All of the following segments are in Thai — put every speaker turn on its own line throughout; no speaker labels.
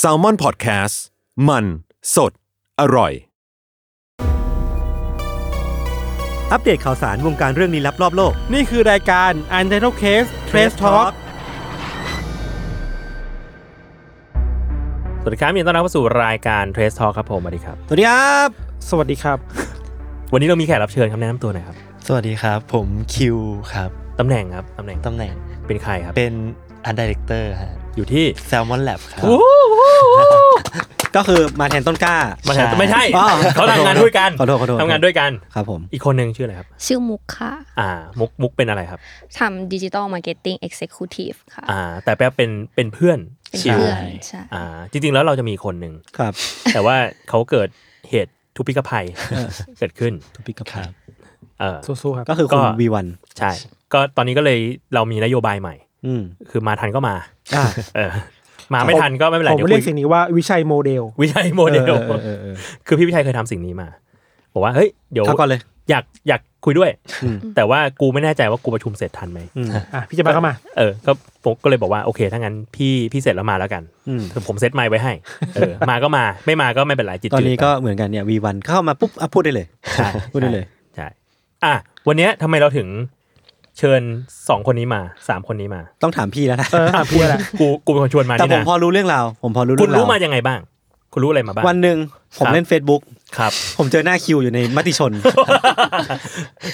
s a l ม o n PODCAST มันสดอร่อย
อัปเดตข่าวสารวงการเรื่องลี้ลับรอบโลก
นี่คือรายการ u n t i t l e Case Trace Talk
สวัสดีครับยินดีต้อนรับเข้าสู่รายการ Trace Talk ครับผมสวัสดีครับ
สวัสดีครับ
สวัสดีครับ
วันนี้เรามีแขกรับเชิญครับแนะนำตัวหน่อยครับ
สวัสดีครับ ผมคิวครับ
ตำแหน่งครับตำแหน่ง
ตำแหน่ง
เป็นใครครับ
เป็นอันดีเลกเตอร์ฮะ
อยู่ที่
แซลมอนแลบครับ
ก็คือมาแทนต้นกล้า
มาแทน
ใช่
ไม่ใช่
อ๋อ
เขาทำงานด้วยกัน
ขอโทษขอโทษ
ทำงานด้วยกัน
ครับผม
อีกคนหนึ่งชื่ออะไรครับ
ชื่อมุกค่ะ
อ่า มุกมุกเป็นอะไรครับ
ทำดิจิตอลมาร์เก็ตติ้งเอ็กเซคิวทีฟค่ะ
อ่า แต่แป๊บเป็นเป็นเพื่อน
เป็น
ชิว
เพื่อนใช่
อ่า จริงๆแล้วเราจะมีคนหนึ่ง
ครับ
แต่ว่าเขาเกิดเหตุทุพพิกภัยเกิดขึ้น
ทุปิก
ครับ
เออ
สู้ๆครับ
ก็คือคุณ
ก็
วีวัน
ใช่ ก็ตอนนี้ก็เลยเรามีนโยบายใหม่
อืม
คือมาทันก็มา
อ่า
เออ มาไม่ทันก็ไม่เป็นไร
ผม
เดี๋ยว
เรียก
คุย
สิ่งนี้ว่าวิชัยโมเดล
วิชัยโมเดล
ออออเออ
คือพี่วิชัยเคยทำสิ่งนี้มา บอกว่าเฮ้ยเดี๋ยว
เข้าก่อนเลย
อยากอยากคุยด้วย
อืม
แต่ว่ากูไม่แน่ใจว่ากูประชุมเสร็จทันไหม
อืม
อ่ะ พี่จะมาก็มา
เออก็ผมก็เลยบอกว่าโอเคถ้างั้นพี่พี่เสร็จแล้วมาแล้วกัน
อืม
ผมเซตไมค์ไว้ให้เออ มาก็มาไม่มาก็ไม่เป็นไรจิต
ตอนนี้
จืดไป
ก็เหมือนกันเนี่ยวีวันเข้ามาปุ๊บอ่ะพูดได้เลย
ใช่
พูดได้เลย
ใช่อ่ะวันเนี้ยทำไมเราถึงเชิญสองคนนี้มาสามคนนี้มา
ต้องถามพี่แล้วนะ
เอออ่ะพูดแหละ
กูกูเป็นคนชวนมา
แต่
นี่
ผม
นะ
พอรู้เรื่องราว ผมพอรู้
คุ
เรื่
ณ
องรา
รู้
ว
มายังไงบ้าง คุณรู้อะไรมาบ้าง
วันหนึ่งผม
ครับ
เล่น Facebook
ครับ
ผมเจอหน้าคิวอยู่ในมติชน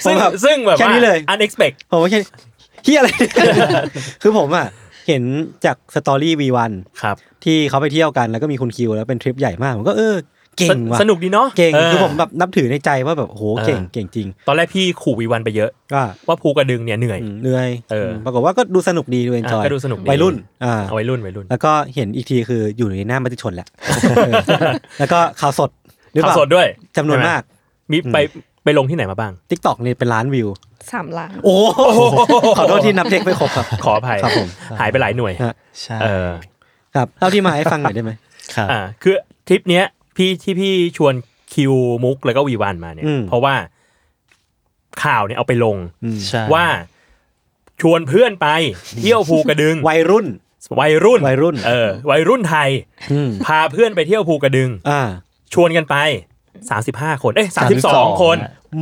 ซึ่ง
ผมแบบ
ซึ่งแบบ
แค่
ว่า
นี้เลย
unexpect
ผมว่าแค่เฮียอะไร คือผมอ่ะเห็นจากสตอรี่วีวัน
ครับ
ที่เขาไปเที่ยวกันแล้วก็มีคุณคิวแล้วเป็นทริปใหญ่มากผมก็เออเก่งว่ะ
สนุกดีเนาะ
เก่ง
ออ
คือผมแบบนับถือในใจว่าแบบโอ้โห
เออ
เก่งเก่งจริง
ตอนแรกพี่ขู่วีวันไปเยอะ
ก็
ว่าภูกระดึงเนี่ยเหนื่อย
อืมเหนื่อย
เอออื
มปรากฏว่าก็ดูสนุกดีดูเอนจอย
อ่ะก็ดูสนุกดี
วัยรุ่นอ่า
เอาวัยรุ่นวัยรุ่น
แล้วก็เห็นอีกทีคืออยู่ในหน้ามติชน แหละ เออแล้วก็ข่าวสดหรือเป
ข่า
ล่าว
สดด้วย
จำนวน
ใช่ไห
มาก
มีไปไปลงที่ไหนมาบ้าง
t ิ k t o k เนี่ยเป็นล้านวิว
สามล้าน
โอ้โหขอโทษที่นับเลขไม่ครบครับ
ขออภัย
ครับผม
หายไปหลายหน่วย
ฮะ
ใช่
เออ
ครับเล่าที่มาให้ฟังหน่อยได้ไหม
ครับ
อ่าคือทริปเนี้ยพี่ที่พี่ชวนคิวมุกแล้วก็วีวันมาเนี่ย เพราะว่าข่าวเนี่ยเอาไปลง
อืม
ใช่
ว่าชวนเพื่อนไป เที่ยวภูกระดึง
วัยรุ่น
วัยรุ่น
วัยรุ่น
เออวัยรุ่นไทย
อืม
พาเพื่อนไปเที่ยวภูกระดึง
อ่า
ชวนกันไป 35 คนเอ้ย32 คน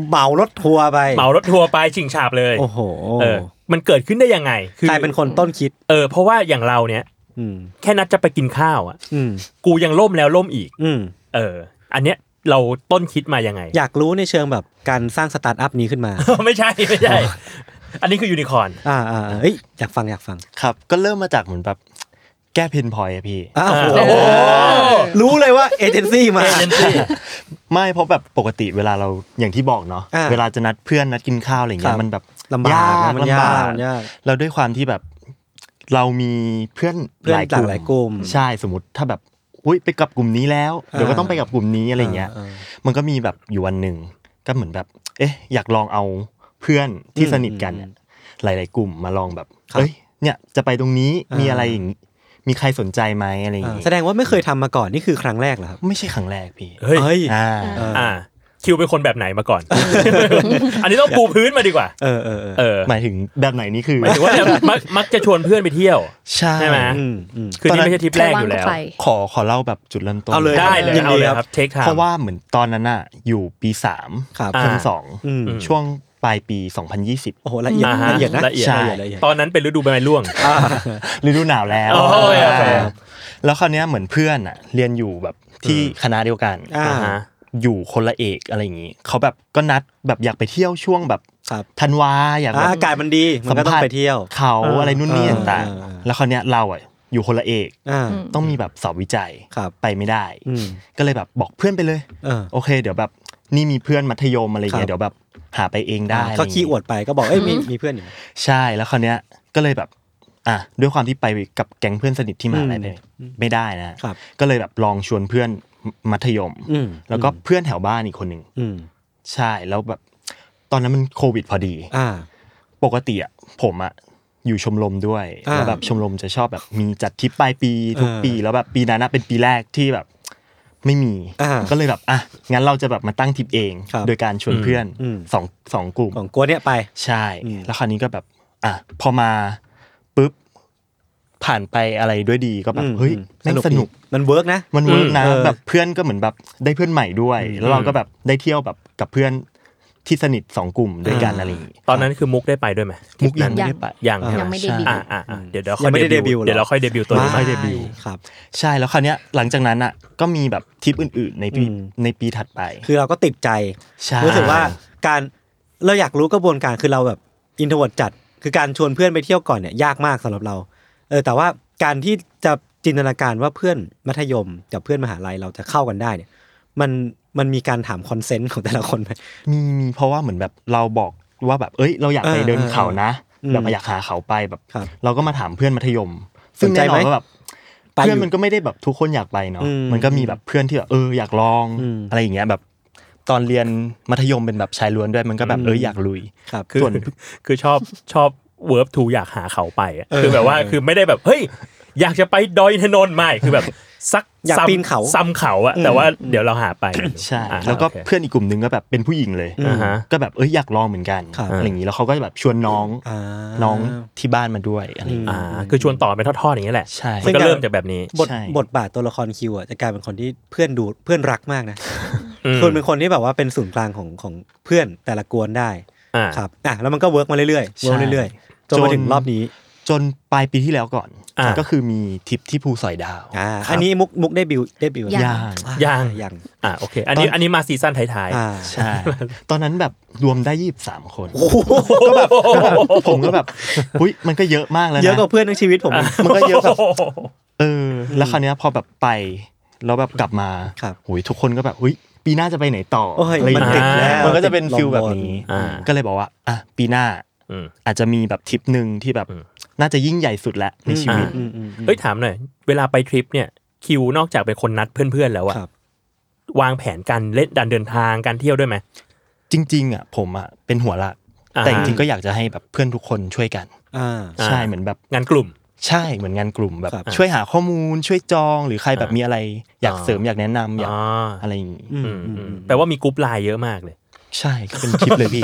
เหมารถทัวร์ไป
เหมารถทัวร์ไปชิงฉาบเลย
โอ้โห
เออ มันเกิดขึ้นได้ยังไง คื
กลายเป็นคนต้นคิด
เออ เพราะว่าอย่างเราเนี่ย
อืม
แค่นัดจะไปกินข้าวอ่ะ
อืม
กูยังล่มแล้วล่มอีก
อืม
เออ อันเนี้ยเราต้นคิดมายังไง
อยากรู้ในเชิงแบบการสร้างสตาร์ทอัพนี้ขึ้นมา
ไม่ใช่ ไม่ใช่ อันนี้คือยูนิคอร์น
อ่าอ่าเอ้ย อยากฟังอยากฟัง
ครับก็เริ่มมาจากเหมือนแบบแก้พินพอยพี่
อ้าว
อ่า
โอ้โหรู้เลยว่าเอเจนซี่มา
เอเจนซี่
ไม่เพราะแบบปกติเวลาเราอย่างที่บอกเนาะ
อ่า
เวลาจะนัดเพื่อนนัดกินข้าวอะไรอย่างเงี้
ครับ
ยมันแบบ
ลำบากนะมันยาก
ลำบ
มันยาก
แล้วด้วยความที่แบบเรามีเพื่อน
เพื่อนหลากหลายกลุ่ม
ใช่สมมติถ้าแบบอุ้ยไปกับกลุ่มนี้แล้วเดี๋ยวก็
อ่า
ต้องไปกับกลุ่มนี้อะไรอย่างเงี้ย
อ่า
มันก็มีแบบอยู่วันหนึ่งก็เหมือนแบบ เอ๊ะ อยากลองเอาเพื่อนที่
อืม
สนิทกันเนี่ยหลาย ๆ กลุ่มมาลองแบบ
ครับ
เอ้ยเนี่ยจะไปตรงนี้
อ่ามี
มีอะไรอย่างงี้มีใครสนใจไหมอะไรอย่าง
อ่า
งี้
แสดงว่าไม่เคยทำมาก่อนนี่คือครั้งแรกเหรอครับ
ไม่ใช่ครั้งแรกพี่
เฮ้ย
เฮ้ย
อ่า
เออ
อ่า คิวเป็นคนแบบไหนมาก่อน อันนี้ต้องปูพื้นมาดีกว่า
เออเออเออ
เออ
หมายถึงแบบไหนนี่คือ
หมายถึงว่ามักมักจะชวนเพื่อนไปเที่ยว
ใช่
ใช่ไหม
อืมอืม
คือนี่ไม่ใช่ทริปแรก
า
อง ยู่
ก็
แล้ว
ไป
ขอขอเล่าแบบจุดเริ่มต้น
เอาเลย
ได้เลย
ยิน
เอา
ดี
เลย
ค
ครั
รับ
บเทคไท
เพ
ม์
ราะว่าเหมือนตอนนั้นอะอยู่ปีสาม
ครับ
อ่า
เทอมสอง
อืม
ช่วงปลายปี 2020
โอ้โหละเอียด
อ่าฮ
ละเอียดนะ
ละเอียด
ใช่ละเอียด
ตอนนั้นเป็นฤดูใบไม้ร่วง
อ่า
ฤดูหนาวแล้ว
โอ้ยโอเค
อ่าแล้วคราวเนี้ยเหมือนเพื่อนอะเรียนอยู่แบบที่คณะเดียวกัน
อ่า
อ่าฮะ
อยู่คนละเอกอะไรอย่างนี้เขาแบบก็นัดแบบอยากไปเที่ยวช่วงแบบ
ครับ
ธันวาอยาก
อ่า
แบบ
อากาศมันดีมันก็ต้องไปเที่ยว
เขาอะไรนู่นนี่
เออ
ต่าง
เออ
ๆ แล้วคราวเนี้ยเราอ่ะอยู่คนละเอก
อ่า
อืม
ต้องมีแบบสอบวิจัย
ครับ
ไปไม่ได้
อืม
ก็เลยแบบบอกเพื่อนไปเลย
เออ
โอเค เดี๋ยวแบบนี่มีเพื่อนมัธยมอะไร
ค
เงี้
รับ
ยเดี๋ยวแบบหาไปเองได้อะไร
ก็
ย่างงี้
ขี้อวดไปก็บอกเอ้ยมีมีเพื่อนอยู่
ใช่แล้วคราวเนี้ยก็เลยแบบอ่ะด้วยความที่ไปกับแก๊งเพื่อนสนิทที่มหาอะไร
อืม
ไม่ได้นะครับ ก็เลยแบบลองชวนเพื่อนมัธยม
อืม
แล้วก็เพื่อนแถวบ้านอีกคนหนึ่ง
อืม
ใช่แล้วแบบ ตอนนั้นมันโควิดพอดี
อ่า
ปกติอะผมอะอยู่ชมรมด้วย
อ่า
แล้วแบบชมรมจะชอบแบบ มีจัดทริปปลายปีทุกปี แล้วแบบปีนั้นอะเป็นปีแรกที่แบบ ไม่มี
อ่า
ก็เลยแบบอ่ะงั้นเราจะแบบมาตั้งทริปเอง
ครับ
โดยการชวนเพื่อน
อืม
สองสองกลุ่ม
ของกลัวเนี่ยไป
ใช่
อืม
แล้วคราวนี้ก็แบบ อ่ะพอมาปุ๊บ ผ่านไปอะไรด้วยดีก็แบบ
อืม
เฮ้ยแม่งสนุก
มันเวิร์กนะ
มันเวิร์กนะ
อืมเออ
แบบเพื่อนก็เหมือนแบบได้เพื่อนใหม่ด้วย แล้วเราก็แบบได้เที่ยวแบบกับเพื่อนที่สนิทสองกลุ่มด้วยกันอะไรอย่างงี้
ตอนนั้นคือมุกได้ไปด้วยไหม
มุกยังไม่
ยั
ได้
ง
ไป
ยัง
อ่ายั
ยังไม่ได้บิว
อ่าอ่าอ่าเดี๋ยวเดี๋ยว
ยังไม่
ค่
ได้
อย debut
เดบิวต์หรอ
เดี๋ยวเราค่อยเดบิวต์ตัวนี้
ไม่
เดบิว
ครับ
ใช่แล้วคราวเนี้ยหลังจากนั้นอ่ะก็มีแบบทริปอื่นๆ ในปี
อืม
ในปีถัดไป
คือเราก็ติดใจ
ใช่
รู้สึกว่าการเราอยากรู้กระบวนการคือเราแบบอินโทรเวิร์ดจัด คือการชวนเพื่อนไปเที่ยวก่อนเนี่ยยากมากสำหรับเราเออแต่ว่าการที่จะจินตนาการว่าเพื่อนมัธยมกับเพื่อนมหาลัยเราจะเข้ากันได้เนี่ยมันมันมีการถามคอนเซนต์ของแต่ละคนไหม
มีมีเพราะว่าเหมือนแบบเราบอกว่าแบบเอ้ย เราอยากไป
เออ
เดินเขานะ
อืม
แบบอยากหาเขาไปแบบ
ครับ
เราก็มาถามเพื่อนมัธยม
ส
ซึ่ง
นใจ
แน่นอน
ไหม
ว่าแบบ
ไปอยู่
เพื่อนมันก็ไม่ได้แบบทุกคนอยากไปเนาะ
อืม
มันก็มีแบบเพื่อนที่แบบเอออยากลอง
อืม
อะไรอย่างเงี้ยแบบ ตอนเรียนมัธยมเป็นแบบชายล้วนด้วยมันก็แบบ
อืม
เอออยากลุย
ครับ
คือ
ส่วน
คือชอบชอบเวิร์บทูอยากหาเขาไปอะ
เออ
คือแบบว่าคือไม่ได้แบบเฮ้ยอยากจะไปดอยอินทนนท์ไม่คือแบบ ซัก
อยาก
ซ้ำ
ปีนเขา
ซ้ำเขาอะแต่ว่าเดี๋ยวเราหาไป
ใช่
อ่า
แล้วก็
โอเค
เพื่อนอีกกลุ่มหนึงก็แบบเป็นผู้หญิงเลย
อ่าฮะ
ก็แบบเอ้ยอยากลองเหมือนกัน
ครับ
อะไรอย่างงี้แล้วเขาก็แบบชวนน้อง
อ่า
น้องที่บ้านมาด้วยอะไรอย่างเงี้ย
อ่าคือชวนต่อเป็นทอดๆอย่างนี้ยแหละ
ใช่
มั
ซึ่
น
ง
ก็เริ่มจากแบบนี้
บท
ใช่
บทบาทตัวละครคิวอ่ะจะกลายเป็นคนที่เพื่อนดูเพื่อนรักมากนะ
อืม
คนเป็นคนที่แบบว่าเป็นศูนย์กลางของของเพื่อนแต่ละกวนได้
อ่า
ครับอ่ะแล้วมันก็เวิร์กมาเรื่อยๆเวิร์กเรื่อยๆจนมาถึงรอบนี้
จนปลายปีที่แล้วก่อน
อ่า
ก็คือมีทริปที่ภูสอยดาว
อ่าอันนี้มุกมุกได้บิวได้บิว
ยัง
อ่ะ
ยัง
ยัง
อ่าโอเค อันนี้อันนี้มาซีซั่นท้ายๆ
อ่า
ใช่ ตอนนั้นแบบรวมได้ยี่สิบสามคน
ก็แบบ
ผมก็แบบอุ้ยมันก็เยอะมากแล้วนะ
เยอะกว่าเพื่อนทั้งชีวิตผม
มันก็เยอะแบบเออ แล้วคราวเนี้ยพอแบบไปแล้วแบบกลับมา
ครับ
โอ้ยทุกคนก็แบบอุ้ยปีหน้าจะไปไหนต่อ
โอ้ย
อะไรอย่า
มั
ง
นติ
เงี้
ด
ย
แล้ว
มันก็จะเป็น
ติด
ฟิลแบบ
ลมบน
นี้
อ่า
ก็เลยบอกว่าอ่ะปีหน้า
อืม
อาจจะมีแบบทริปหนึ่งที่แบบ
อืม
น่าจะยิ่งใหญ่สุดแล้วในชีวิต
อืมอืมอืม
เฮ้ยถามหน่อย เวลาไปทริปเนี่ยคิวนอกจากเป็นคนนัดเพื่อนๆแล้วอะ
ครับ
วางแผนการเล่นดันเดินทางการเที่ยวด้วยไหม
จริงๆอ่ะผมอ่ะเป็นหัวหลัก
อ่าฮะ
แต่จริงๆก็อยากจะให้แบบเพื่อนทุกคนช่วยกัน
อ่า
ใช่เหมือนแบบ
งานกลุ่ม
ใช่เหมือนงานกลุ่มแบบ
ครับ
ช่วยหาข้อมูลช่วยจองหรือใครแบบ
อ่ามี
มีอะไร อยาก
อ่า
เสริมอยากแนะนำอยาก
อ๋อ
อะไรอย่างงี้
อืม
อืม
อืม
อื
อื
ม
ม
แปลว่ามีกรุ๊ปไลน์เยอะมากเลย
ใช่ก็เป็นคลิปเลยพี่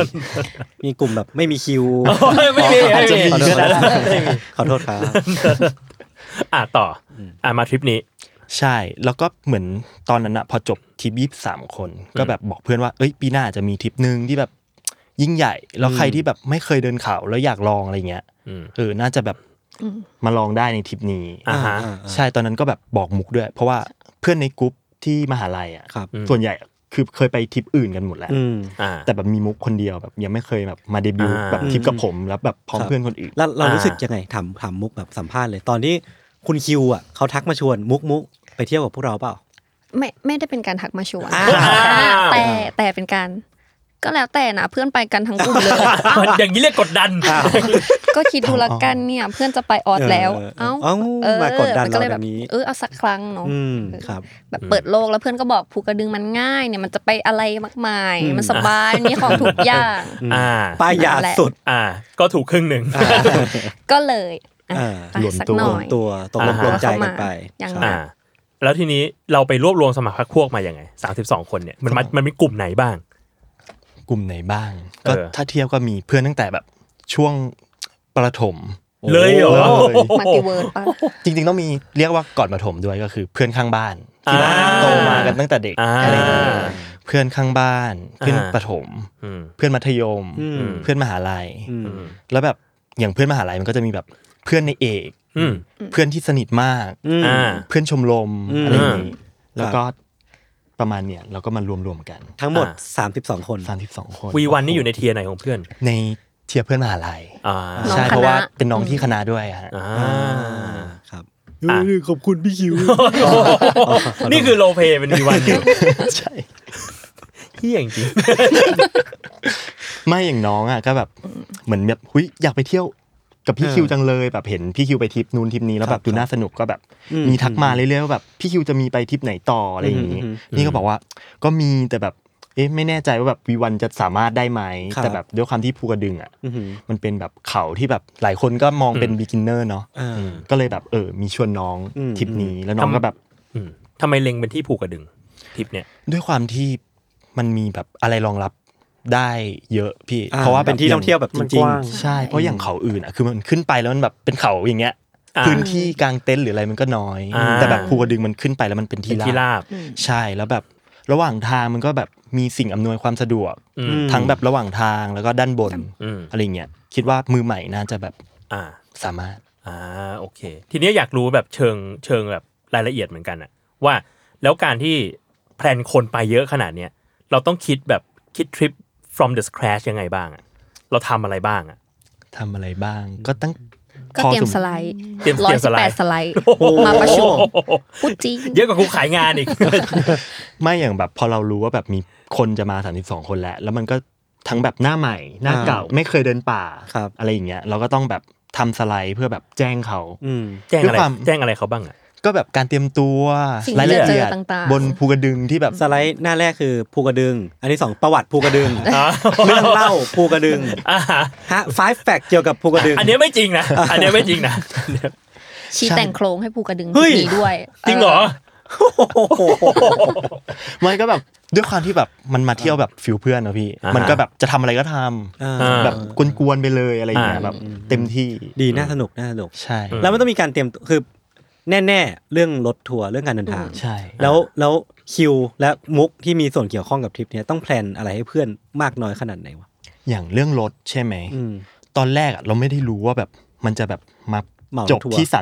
มีกลุ่มแบบไม่มีคิว
ไม่มี
อาจจะมี
ไม่มี
ก็ได้
ไม่มี
ขอโทษครับ
อ่ะต่อออ่ะมาทริปนี้
ใช่แล้วก็เหมือนตอนนั้นอ่ะพอจบทริปยี่สามคน ก็แบบบอกเพื่อนว่าเอ้ยปีหน้าอาจจะมีทริปหนึ่งที่แบบยิ่งใหญ่ แล้วใครที่แบบไม่เคยเดินเขาแล้วอยากลองอะไรเงี้ย
อืม
เออน่าจะแบบมาลองได้ในทริปนี้
อ่าฮะ
อ่า
ใช่ตอนนั้นก็แบบบอกมุกด้วย เพราะว่าเพื่อนในกลุ่มที่มหาลัยอ่ะ
ครับ
ส่วนใหญ่คือเคยไปทริปอื่นกันหมดแล้ว
อืม
อ่า
แต่แบบมีมุกคนเดียวแบบยังไม่เคยแบบมาเดบิวต์
อ่า
แบบทริปกับผมแล้วแบบพร้อม
ครับ
เพื่อนคนอื่น
แล้วเรา
อ่า
รู้สึกยังไงถามถามมุกแบบสัมภาษณ์เลย ตอนที่คุณคิวอ่ะเขาทักมาชวนมุกมุกไปเที่ยวกับพวกเราเปล่า
ไม่ไม่ได้เป็นการทักมาชวน
อ้าว
อ่าแต่แต่เป็นการ ก็แล้วแต่นะเพื่อนไปกันทั้งกลุ่มเลย
มันอย่างนี้เรียกกดดัน
ก็คิดดูละกันเนี่ยเพื่อนจะไปออดแล้ว เอ้า
เอ้า
เออ
มากดดัน
ก็
เรา
เลย
แบ
แบบ
บนี้
เออเอาสักครั้งเนาะ
อืมครับ
แบบเปิดโลกแล้วเพื่อนก็บอกภูกระดึงมันง่ายเนี่ยมันจะไปอะไรมากมาย มันสบายมีของถูกอย่าง
อ่า
ป้ายยา
นั่นแหละ
สุด
อ่า ก็ถูกครึ่งหนึ่ง
ก็เลยอ่ะ
อ่า
ไป
รวม
สัก
ตัว
หน่
รว
อ
ม
ย
ตัวตกลง
อ่าฮะ
รวมใจกันไป
เข้ามายัง
ใช่
ไง
อ่า แล้วทีนี้เราไปรวบรวมสมัครพรรคพวกมาอย่างไงสามสิบสองคนเนี่ย มันมามันมีกลุ่มไหนบ้าง
กลุ่มไหนบ้าง ก็
เออ
ถ้าเทียบก็มีเพื่อนตั้งแต่แบบช่วงประถม
เลยเหรอ
เลย
มัลติเวิร์ดป่ะ
จริงๆต้องมีเรียกว่าก่อนประถมด้วยก็คือเพื่อนข้างบ้าน
อ่า
ที่แบบโตมากันตั้งแต่เด็ก
อ่า
อะไรอย่างเงี้ยเพื่อนข้างบ้าน เพื่อน
อ่า
ประถม
อืม
เพื่อนมัธยม
อืม
เพื่อนมหาลัย
อืม
แล้วแบบอย่างเพื่อนมหาลัยมันก็จะมีแบบเพื่อนในเอก
อืม
เพื่อนที่สนิทมาก
อืม
อ่า
เพื่อนชมรม
อืม
อะไรอย่างนี้แล้วก็ประมาณเนี่ยเราก็มารวมรวมๆกัน
ทั้งหมด
อ่
32 คน
สามสิบสองคน
วีวันนี่อยู่ในเทียร์ไหนของเพื่อน
ในเทียบเพื่อนมหาลัย
อ่า
ใช่
น้องคณะ
เพราะว่าเป็นน้องที่คณะด้วยฮะ
อ่า
ครับ
อ่ะ
เออขอบคุณพี่คิว
นี่คือโลเปเป็นวีวันอยู่
ใช่
เฮี้ยจริง
ไม่อย่างน้องอ่ะก็แบบเหมือนแบบหุยอยากไปเที่ยวกับพี่
เออ
คิวจังเลยแบบเห็นพี่คิวไปทริปนู้นทริปนี้แล้ว
ค
แบ
รับบ
ดูน่าสนุกก็แบบ
อืม
มีทักมาเรื่อยๆว่าแบบพี่คิวจะมีไปทริปไหนต่ออะไรอย่างนี้
อืม
นี่ก็บอกว่าก็มีแต่แบบเอ๊ะไม่แน่ใจว่าแบบวีวันจะสามารถได้ไหม
ครับ
แต่แบบด้วยความที่ภูกระดึงอ่ะ
อื้อหือ
มันเป็นแบบเขาที่แบบหลายคนก็มองเป็น beginner เนาะ
อ่า
อืมก็เลยแบบเออ มีชวนน้อง
อืม
ทริปนี้แล้วน้อง
ทำ
ก็แบบ
ๆอืมทำไมเล็งเป็นที่ผูกกระดึงทริปเนี่ย
ด้วยความที่มันมีแบบอะไรรองรับได้เยอะพี่ เพราะว่า
เป็นที่
แบบ
ท่องเที่ยวแบบจ
มัน
ริ
ก
ง
ว้าง
ใช่เพราะอย่างเขาอื่นอ่ะคือมันขึ้นไปแล้วมันแบบเป็นเขาอย่างเงี้ย
อ่า
พื้นที่กลางเต็นท์หรืออะไรมันก็น้อย
อ่า
แต่แบบภูกระดึงมันขึ้นไปแล้วมันเป็น
เป็นที่
ที่ราบ
ราบ
ใช่แล้วแบบระหว่างทางมันก็แบบมีสิ่งอำนวยความสะดวก
อืม
ทั้งแบบระหว่างทางแล้วก็ด้านบน
อืม
อะไรเงี้ยคิดว่ามือใหม่น่าจะแบบ
อ่า
สามารถ
อ่าโอเค ทีนี้อยากรู้แบบเชิงเชิงแบบรายละเอียดเหมือนกันอะว่าแล้วการที่แพลนคนไปเยอะขนาดเนี้ยเราต้องคิดแบบคิดทริป from the scratch ยังไงบ้างอะเราทำอะไรบ้างอะ
ทำอะไรบ้าง ก็ตั้ง
ก็
พอ
เตรีย
ส
ม
ม
สไลด์
เตรียม
ร้
เต
อ
รี
ย
ยมส
สิบ
ไล
แป
ด์
ดสไลด์มาประชุมพูดจริง
เยอะกว่ากูขายงานอีก
ไม่อย่างแบบพอเรารู้ว่าแบบมีคนจะมา 32 คนแล้ว แล้วมันก็ทั้งแบบหน้าใหม่ หน้า
อ่า
เก่าไม่เคยเดินป่า
ครับ
อะไรอย่างเงี้ยเราก็ต้องแบบทำสไลด์เพื่อแบบแจ้งเขา
อืม
แจ้งอะไร
ด้วยความ
แจ้งอะไรเขาบ้างอะ
ก็แบบการเตรียมตัว
สิ่งที่
รายละเอียด
เจอต่างๆ
บนภูกระดึงที่แบบ
สไลด์หน้าแรกคือภูกระดึง อันที่สองประวัติภูกระดึง
อ่า
เรื่องเล่าภูกระดึง
อ่า
ฮะ five fact เกี่ยวกับภูกระดึง
อันเนี้ยไม่จริงนะ อันเนี้ยไม่จริงนะ
ชี้แต่งโครงให้ภูกระดึง
เฮ้ย
มีด้วย
จริงเหรอ
โอ้โห
มันก็แบบด้วยความที่แบบมันมาเที่ยวแบบฟิลเพื่อนนะพี่
อ่าฮะ
มันก็แบบจะทำอะไรก็ทำ
อ่า
แบบกวนๆไปเลยอะไรอย่างเงี้ยแบบเต็มที่
ดีน่าสนุกน่าสนุก
ใช่
อืม
แล้วมันต้องมีการเตรียมตัวคือแน่ ๆ เรื่องรถทัวร์เรื่องการเดินทาง
ใช่
แล้วแล้วคิวและมุกที่มีส่วนเกี่ยวข้องกับทริปเนี้ยต้องแพลนอะไรให้เพื่อนมากน้อยขนาดไหนวะ
อย่างเรื่องรถใช่ไหม
อืม
ตอนแรกอะเราไม่ได้รู้ว่าแบบมันจะแบบมา
เหมา
จบ
ทัวร์
ที่ 32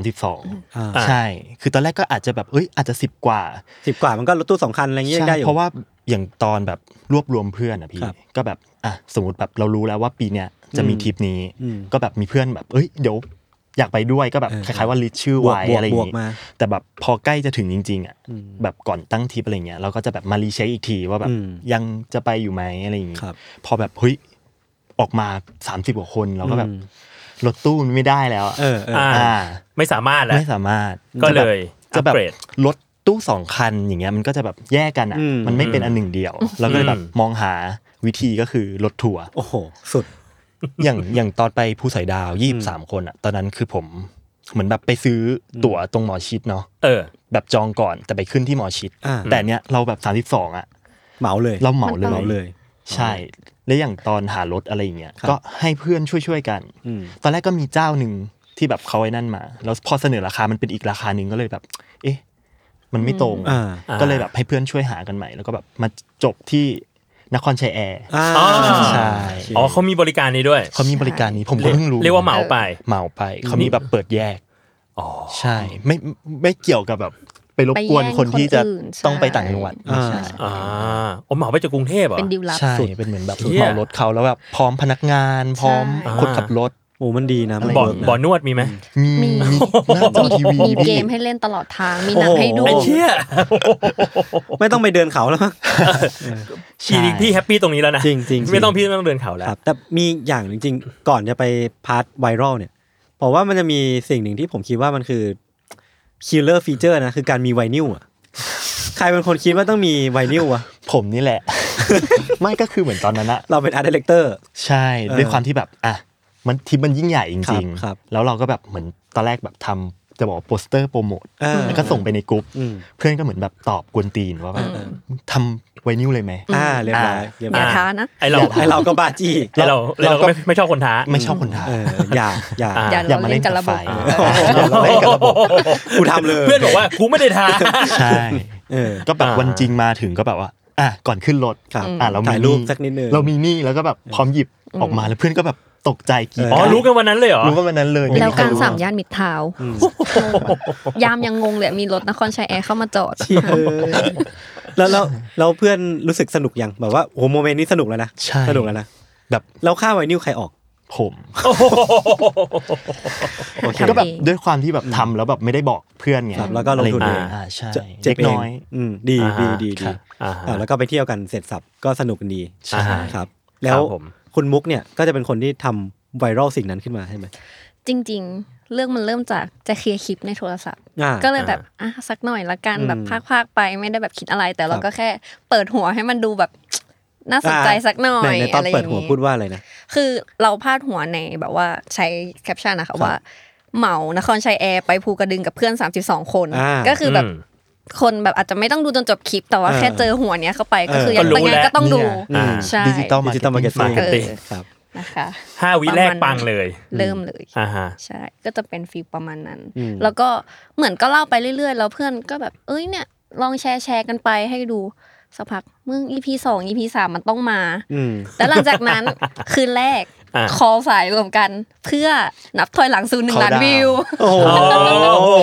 อ่า
ใช่ คือตอนแรกก็อาจจะแบบเอ้ยอาจจะ 10 กว่า
สิบกว่ามันก็รถตู้สองคันอะไรอย่างเงี้ยยัง
ใช่
ได้อยู่
เพราะว่าอย่างตอนแบบรวบรวมเพื่อนอะพี่
ครับ
ก็แบบอ่ะสมมติแบบเรารู้แล้วว่าปีเนี้ยจะมี
อืม
ทริปนี้
อืม
ก็แบบมีเพื่อนแบบเอ้ยเดี๋ยวอยากไปด้วยก็แบบ
เออ
คล้ายๆว่าลิสต์ชื่อบ
วกบ
ไว้
วก
อะไรอย่า
บ
ง
วก
งี้
มา
แต่แบบพอใกล้จะถึงจริงๆอะแบบก่อนตั้งทริปอะไรเงี้ยเราก็จะแบบมารีเช็คอีกทีว่าแบบ
อืม
ยังจะไปอยู่ไหมอะไรอย่างงี้
ครับ
พอแบบเฮ้ยออกมา 30กว่าคนเราก็แบบรถตู้มันไม่ได้แล้วอะ
เออเออ
อ่า
อ่า
ไม่สามารถแหละ
ไม่สามารถ
ก็เลย
จะแบบ
อัปเกรด
จะแบบรถตู้สองคันอย่างเงี้ยมันก็จะแบบแยกกันอ่ะ
อืม
มันไม่เป็นอันหนึ่งเดียว เราก็เลยแบบ
อืม
มองหาวิธีก็คือรถทัวร์
โอ้โห สุด
อย่าง อย่างตอนไปภูสอยดาวยี่สามคนอ่ะตอนนั้นคือผมเหมือนแบบไปซื้อตั๋วตรงหมอชิดเนาะ
เออ
แบบจองก่อนแต่ไปขึ้นที่หมอชิด
อ่า
แต่เนี้ยเราแบบ 32 อ่ะ
เหมาเลย
เราเหมา
เหมา
เล
เลย ย
ใช่ และอย่างตอนหารถอะไรอย่างเงี้ย
ครับ
ก็ให้เพื่อนช่วยๆกัน
อืม
ตอนแรกก็มีเจ้าหนึ่งที่แบบเขาไอ้นั่นมา แล้วพอเสนอราคามันเป็นอีกราคาหนึ่งก็เลยแบบ เอ๊ะ มันไม่ตรง
อ่า
ก็เลยแบบให้เพื่อนช่วยหากันใหม่ แล้วก็แบบมาจบที่นครชัยแอร์
อ่า
อ๋อ
ใช่
อ๋อเขามีบริการนี้ด้วย
เขามีบริการนี้ผมก็เพิ่งรู้
เรียกว่าเหมาไป
เหมาไป เขามีแบบเปิดแยก
อ๋อ
ใช่ ไม่ไม่เกี่ยวกับแบบ ไปรบกวนคนที่จะต้องไปต่างจังหวัด
อ่า
ใช่
อ่าอ๋อเหมาไปจากกรุงเทพเหรอ
เป็นดิวลับ
ใช่เป็นเหมือนแบบเหมารถเขาแล้วแบบพร้อมพนักงาน พร้อม
ใช่
คนขับรถ
โอ้มันดีนะมัน
บ่อ
เวิร์กนะ
บ่อนวดมีไหม
มีมีหน้าจอทีวี
มีเก
พี่
มให้เล่นตลอดทางมีหนัง
โอ้โห
ให้ดู
ไอ้เชี่ย
ไม่ต้องไปเดินเขาแล้วมั้ง
ชีริงพี่แฮปปี้ตรงนี้แล้วนะ
จริงๆจริง
ไม่ต้องพี่ไม่ต้องเดินเขาแล้ว
ครับแต่มีอย่างหนึ่งจริงๆก่อนจะไปพาร์ทไวรัลเนี่ยผมว่ามันจะมีสิ่งหนึ่งที่ผมคิดว่ามันคือคิลเลอร์ฟีเจอร์นะ คือการมีไวนิลอะใครเป็นคนคิดว่าต้องมีไวนิลวะ
ผมนี่แหละ ไม่ก็คือเหมือนตอนนั้นอะ
เราเป็นอาร์ตดีเลกเตอร์
ใช่
เออ
ด้วยความที่แบบอ่ะมันทริปมันยิ่งใหญ่จริง
ครับครับ
ๆ แล้วเราก็แบบเหมือนตอนแรกแบบทำจะบอกว่าโปสเตอร์โปรโมท
เออ
แล้วก็ส่งไปในกลุ่ม
อืม
เพื่อนก็เหมือนแบบตอบกวนตีนว่าแบบทำไวนิวเลยไหม
อ่าเรียบร้อย
อ่า
เรียบ
อ
ร้
ย่า
อย
ท้านะ
ไอเรา
ไอเราก็บาจี้
ไอเราไอ้เราก็ไม่ไม่ชอบคนท้า
ไม่ชอบคนท้า
เอออย่าอย่า
อ่า
อย่า
อย่ามา
เล่
เล่
น
น
กั
กั
บบ ระ
ระ
บบ บบ
อย่ามาเล่นกับระบบกูทำเลย
เพื่อนบอกว่ากูไม่ได้ท้า
ใช่
เออ
ก็แบบ
อ่า
วันจริงมาถึงก็แบบว่าอ่ะก่อนขึ้นรถ
ครับ
อ่ะเรามี
ถ่ายรูปสักนิดนึง
เรามีหนี่แล้วก็แบบพร้อมหยิบออกมาแล้วเพื่อนก็แบบตกใจกรีด
อ๋อรู้กันวันนั้นเลยเหรอ
รู้ว่าวันนั้นเลยไม่
แล้ว
มีใค
การ
รู้
สามย่านมิดทาวน์ยามยังงงเลยมีรถนครชัยแอร์เข้ามาจอด
เออแล้วแล้วแล้วเพื่อนรู้สึกสนุกยังแบบว่าโอ้โหโมเมนต์นี้สนุกแล้วนะ
ใช่
สนุกแล้วนะ
แบบ
แล้วค่าไวนิลใครออก
ผม
โอเค
ก็แบบ
ทำเอง
ด้วยความที่แบบทำแล้วแบบไม่ได้บอกเพื่อนไง
ครับแล้วก็ลงทุนเอง
อ่าใช่
จะ
เล็กน้อย
เจ็บเงอืมดี
อ่าฮะ
ดีดี
ค
ดี
รับ
อ่าฮะ
อ่าแล้วก็ไปเที่ยวกันเสร็จสับก็สนุกกันดี
ใช่
ครับ แล้ว
ผม
คุณมุกเนี่ยก็จะเป็นคนที่ทำไวรัลสิ่งนั้นขึ้นมาใช่ไหม
จริง ๆ เรื่องมันเริ่มจากจะเคลียร์คลิปในโทรศัพท์
อ่า
ก็เลยแบบอ่ะสักหน่อยละกัน
อืม
แบบพากๆไปไม่ได้แบบคิดอะไร แต่เรา
ครับ
ก็แค่เปิดหัวให้มันดูแบบ น่าสนใจสักหน่อย
ไหในตอ
อะ
น
ไรอ
เปิด
ย่าง
หัว
นี้
พูดว่าอะไรนะ
คือเราพาดหัวในแบบว่าใช้แคปชั่นนะคะว่า เหมานครชัยแอร์ไปภูกระดึงกับเพื่อน 32 คน
อ่า
ก็คือแบบ
อืม
คนแบบอาจจะไม่ต้องดูจนจบคลิป แต่ว่า
เออ
แค่เจอหัวเนี้ยเข้าไปก็คือ
เออ
ยัง
ก็รู้
ไง
แล้ว
ก็ต้องดู
เนี่ย
อ่า
ใช่
ดิจิตอลมา
ดิจิตอลมาร์เก็ตติ้ง
marketing
ครับ
นะคะ
ห้าวิแรกปังเลย
เริ่มเลย
อ่าฮะ
ใช่ ก็จะเป็นฟีลประมาณนั้น
อืม
แล้วก็เหมือนก็เล่าไปเรื่อยๆ แล้วเพื่อนก็แบบ เอ้ยเนี่ย ลองแชร์แชร์กันไปให้ดูสักพักมึง EP สอง EP สามมันต้องมา
อืม
แล้วหลังจากนั้น คืนแรก
อ่ะ
คอลสายรวมกัน เพื่อนับถอยหลังสู่หนึ่งล้าน
Countdown
วิว
โอ้โห
โอ้โห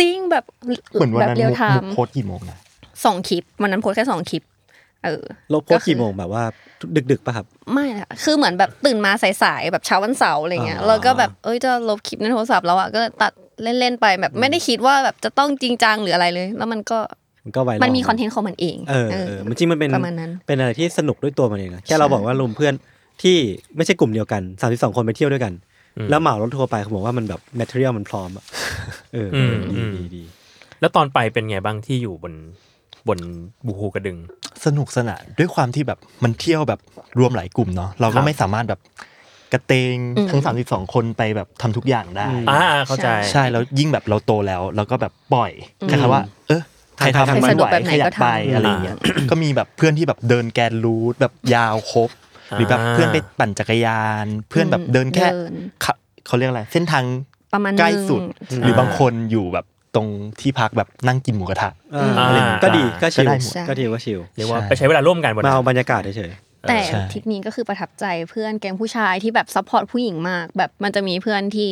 จริงแบบ
เหมือนวัน
แบบ
นั้น
เรียล
มุก
ไท
มุก
ม์
โพสต์กี่โมงนะ
สองคลิปวันนั้นโพสแค่สองคลิป เออ
ลบโพสต์กี่โมงแบบว่าดึกดึกๆป่ะครับ
ไม่ละคือเหมือนแบบตื่นมาสายๆแบบเช้าวันเสาร์อะไรเงี้ย
อ่า
แล้วก็แบบเอ้ยจะลบคลิปในโทรศัพท์แล้วอ่ะก็ตัดเล่นๆไปแบบไม่ได้คิดว่าแบบจะต้องจริงจังหรืออะไรเลย แล้วมันก็
มันก็ไวรัล
มันมีคอนเทนต์ของมันเอง
เออเออมันจริงมันเป็น
ประมาณนั้น
เป็นอะไรที่สนุกด้วยตัวมันเองนะแค่เรา
ใช่
บอกว่าลุมเพื่อนที่ไม่ใช่กลุ่มเดียวกัน 32 คนไปเที่ยวด้วยกัน
อืม
แล้วเหมารถทัวร์ไปเขาบอกว่ามันแบบแมทเทียลมันพร้อมอะเออ
อืม
ดี
อืม
ดีดี
แล้วตอนไปเป็นไงบ้างที่อยู่บนบนบูฮูกระดึง
สนุกสนานด้วยความที่แบบมันเที่ยวแบบรวมหลายกลุ่มเนาะเรา
ครั
ก็
บ
ไม่สามารถแบบกระเตง
อืม
ทั้ง 32 คนไปแบบทำทุกอย่างได้
อืม
อ่าเข้าใจ
ใช่แล้วยิ่งแบบเราโตแล้วเราก็แบบปล่อย
อืม
คล้ายๆว่า เออใครทำ
ใคร
มัน
สะดว
ไหว
กแบบไหน
ใครอยา
ก็
ก
ทำ
ไปอะไรอย่างเงี้ย ก็มีแบบเพื่อนที่แบบเดินแกนรูทแบบยาวครบ หรือแบบเพื่อนไปปั่นจักรยาน เพื่อนแบบเดินแค่
เดิน
ขะเขาเรียกอะไร เส้นทาง
ประมาณ
ใกล้
หนึ่ง
สุด หรือบางคนอยู่แบบตรงที่พักแบบนั่งกินหมูกระทะ
เอออา ก็ดีก็ชิล
ก็ได้หมด
ก็ดีว่าชิล
เรียกว่า
ใช่
ไปใช้เวลาร่วมกันบน
มา
นั้
เอา
น
บรรยากาศเฉย
แต่
ใช่
ทริปนี้ก็คือประทับใจเพื่อนแก๊งผู้ชายที่แบบซัพพอร์ตผู้หญิงมาก แบบมันจะมีเพื่อนที่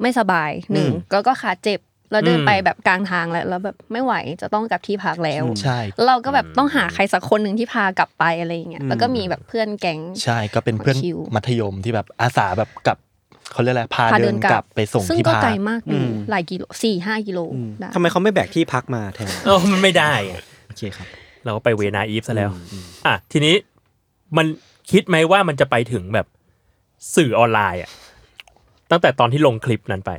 ไม่สบายหนึ่ง
อืม
แล้วก็ขาเจ็บแล้วเดิน
อืม
ไปแบบกลางทางแล้วแล้วแบบไม่ไหวจะต้องกลับที่พักแล้ว
ใช่
เราก็แบบต้องหาใครสักคนหนึ่งที่พากลับไปอะไรอย่างเงี้ย
อืม
แล้วก็มีแบบเพื่อนแก๊ง
ใช่ก็เป็นเพื่อน
ของคิว
มัธยมที่แบบอาสาแบบกลับเขาเรียกอะไรพาเดินกลับไปส่ง
ซึ่ง
ที่
ก็
พัก
ไกลมากอยู่
อืม
หลายกิโลสี่ห้ากิโล
ๆอืม
ได้
ทำไมเขาไม่แบกที่พักมาแทน
เออมันไม่ได้อะ
โอเคครับ
เราก็ไปเวนาอีฟซะแล้ว อ่ะทีนี้มันคิดไหมว่ามันจะไปถึงแบบสื่อออนไลน์อ่ะตั้งแต่ตอนที่ลงคลิปนั้นไป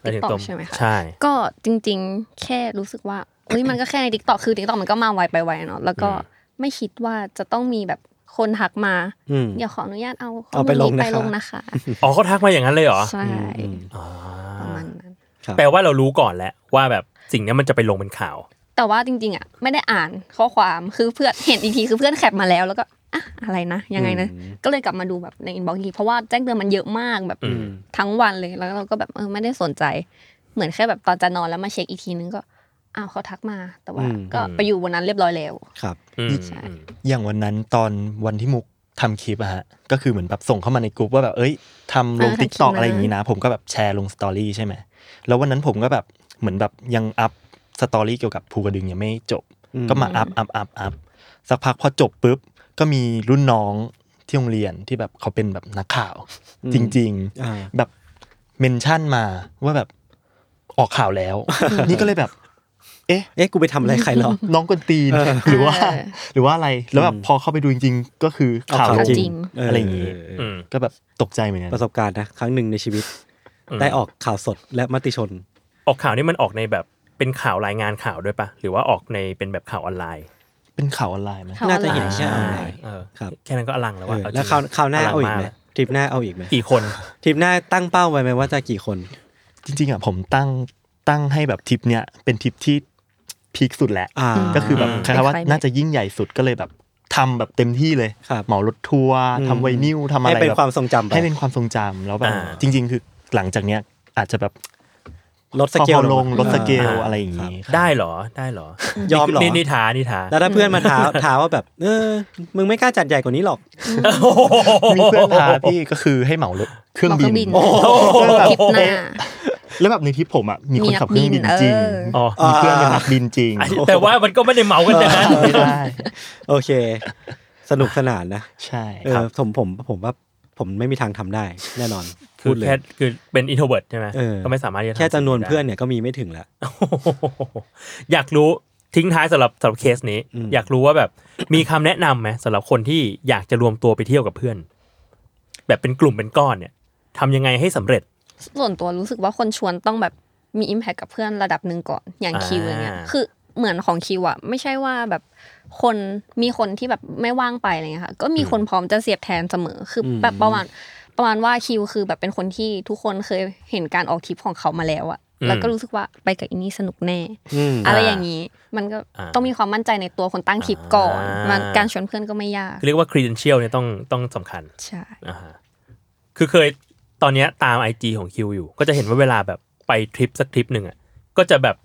ไป
ติ๊
ถึง
กต็อ
ตร
ก
ง
ใช่ไหมคะ
ใช่
ก็จริงๆ แค่รู้สึกว่าเฮ้ยมันก็แค่ในทิกตอกคือทิกตอกมันก็มาไวไปไวเนาะแล้วก็
อืม
ไม่คิดว่าจะต้องมีแบบคนทักมา
อืม
เดี๋ยวขออนุญาตเอาข้
เอาไปล
มู
งนะคะ
ไปลงนะคะ
อ๋อเขาทักมาอย่างนั้นเลยเหรอ
ใช่
อืม
อ๋อ
ประมาณนั้น
ครับ
แปลว่าเรารู้ก่อนแล้วว่าแบบสิ่งเนี้ยมันจะไปลงเป็นข่าว
แต่ว่าจริงๆอ่ะไม่ได้อ่านข้อความคือเพื่อนเห็นอีกทีคือเพื่อนแคปมาแล้วแล้วก็อ่ะอะไรนะยังไงนะ
อืม
ก็เลยกลับมาดูแบบในอินบ็อกซ์อีกทีเพราะว่าแจ้งเตือนมันเยอะมากแบบ
อืม
ทั้งวันเลยแล้วเราก็แบบเออไม่ได้สนใจ เหมือนแค่แบบตอนจะนอนแล้วมาเช็คอีกทีนึงก็อ้าวเขาทักมา แต่ว่า
อืม
ก็ไปอยู่บนนั้นเรียบร้อยแล้ว
ครับ
อืม
ใช่
อืม
อย่างวันนั้นตอนวันที่มุกทำคลิปอะฮะก็คือเหมือนแบบส่งเข้ามาในกลุ่มว่าแบบเอ้ยทำลง
เออทำ
ติ๊กตอก
คลิปนะ
อะไรอย่างนี้นะ ผมก็แบบแชร์ลงสตอรี่ใช่ไหมแล้ววันนั้นผมก็แบบเหมือนแบบยังอัพสตอรี่เกี่ยวกับภูกระดึงยังไม่จบ
อืม
ก็มาอัพอัพอัพอัพสักพักพอจบปุ๊บก็มีรุ่นน้องที่โรงเรียนที่แบบเขาเป็นแบบนักข่าว จริง ๆ
อ่า
แบบเมนชั่นมาว่าแบบออกข่าวแล้ว นี่ก็เลยแบบ เอ๊ะ
เอ๊ะกูไปทำอะไรใครเหรอ
น้องกวนตีน
เออ
หรือว่า
เออ
หรือว่าอะไรแล้วแบบพอเข้าไปดูจริงๆ ก็คือ
เอา
ข่าว
ข่าวจ
จ
ริ
ริ
ง
ง
เอออ
อะไรอย่างนี้
อืม
ก็แบบตกใจเหมือนกัน
ประสบการณ์นะ ครั้งหนึ่งในชีวิต ได้ออกข่าวสดและมติชน
ออกข่าวนี่มันออกในแบบเป็นข่าวรายงานข่าวด้วยปะหรือว่าออกในเป็นแบบข่าวออนไลน์
เป็นข่าวออนไลน์ไหม
ข่าว
น่า
ออน
จะ
ไล
เห็น
น์
แค่ออนไลน์
เออ
ครับ
แค่นั้นก็อลังแล้วว่า
เออแล้วคราวคราวหน้าเอาอีกไหมทริปหน้าเอาอีกไหม
กี่คน
ทริปหน้าตั้งเป้าไว้ไหมว่าจะกี่คน
จริงๆอ่ะผมตั้งตั้งให้แบบทริปเนี้ยเป็นทริปที่พีคสุดแหละ
อ่า
ก็คือแบบ
อืม
คล้ายๆว่า
เป็น climax
น่าจะยิ่งใหญ่สุดก็เลยแบบทำแบบเต็มที่เลย
ครับ
เหมารถทัวร์ทำไวนิวทำอะไร
ให้เป็น
แบบ
ความทรงจำไป
ให้เป็นความทรงจำแล้วแบบ
อ่า
จริง ๆ คือหลังจากเนี้ยอาจจะแบบ
ลดสเกล
พอๆลงลดสเกล
อ่า
อะไรอย่างนี้
ได้เหรอได้เหรอย
อมเหรอ
นี่นิทานิทา
แล้วถ้าเพื่อนมาถามถามว่าแบบ เออ มึงไม่กล้าจัดใหญ่กว่านี้หรอก
มีเพื่อนพาพี่ก็คือให้เหมารถเครื่องบิน
โอ้โหคลิปหน้า
แล้วแบบในทริปผมอ่ะมีคนขับเครื่อง
มี
บิน
นักบิน
จริง
เออ
อ๋อ
อ่า
มีเพื่อนเป็นนักบินจริง
แต่ว่ามันก็ไม่ได้เมากันอย่างนั้น
ไม่ได้
โอเค สนุกสนานนะ
ใช่
เอ
ครั
อบ ผมผมผมว่าผมไม่มีทางทำได้ แน่นอน
คื
พู
อ
ดเลย
แค่คือเป็นอินโทรเวิร์ใช่ไหม
เออ
ก็ไม่สามารถที่จะทำ
แค่จำนวน
สิ่งได้
เพื่อนเนี่ยก็มีไม่ถึงละ
โอ้โหอยากรู้ทิ้งท้ายสำหรับสำหรับเคสนี้
อืม
อยากรู้ว่าแบบมีคำแนะนำไหมสำหรับคนที่อยากจะรวมตัวไปเที่ยวกับเพื่อน แบบเป็นกลุ่มเป็นก้อนเนี่ยทำยังไงให้สำเร็จ
ส่วนตัวรู้สึกว่าคนชวนต้องแบบมีอิมแพคกับเพื่อนระดับหนึ่งก่อนอย่าง
อ่า
คิวอย่างเงี้ยคือเหมือนของคิวอะไม่ใช่ว่าแบบคนมีคนที่แบบไม่ว่างไปอะไรเงี้ยค่ะก็มีคนพร้อมจะเสียบแทนเสมอคืออ
ม
แบบประมาณประมาณว่าคิวคือแบบเป็นคนที่ทุกคนเคยเห็นการออกทริปของเขามาแล้วอะแล้วก็รู้สึกว่าไปกับอินนี่สนุกแน่
อืม
อะไรอย่างนี้มันก็
อ่า
ต้องมีความมั่นใจในตัวคนตั้งทริปก่อน
อ่ามั
มันการชวนเพื่อนก็ไม่ยาก
คือเรียกว่า credential เนี่ยต้องต้องสำคัญ
ใช่
อ่าฮะ คือเคยตอนเนี้ยตามไอจของคิวอยู่ ก็จะเห็นว่าเวลาแบบไปทริปสักทริปหนึ่งอ่ะก็จะแบบ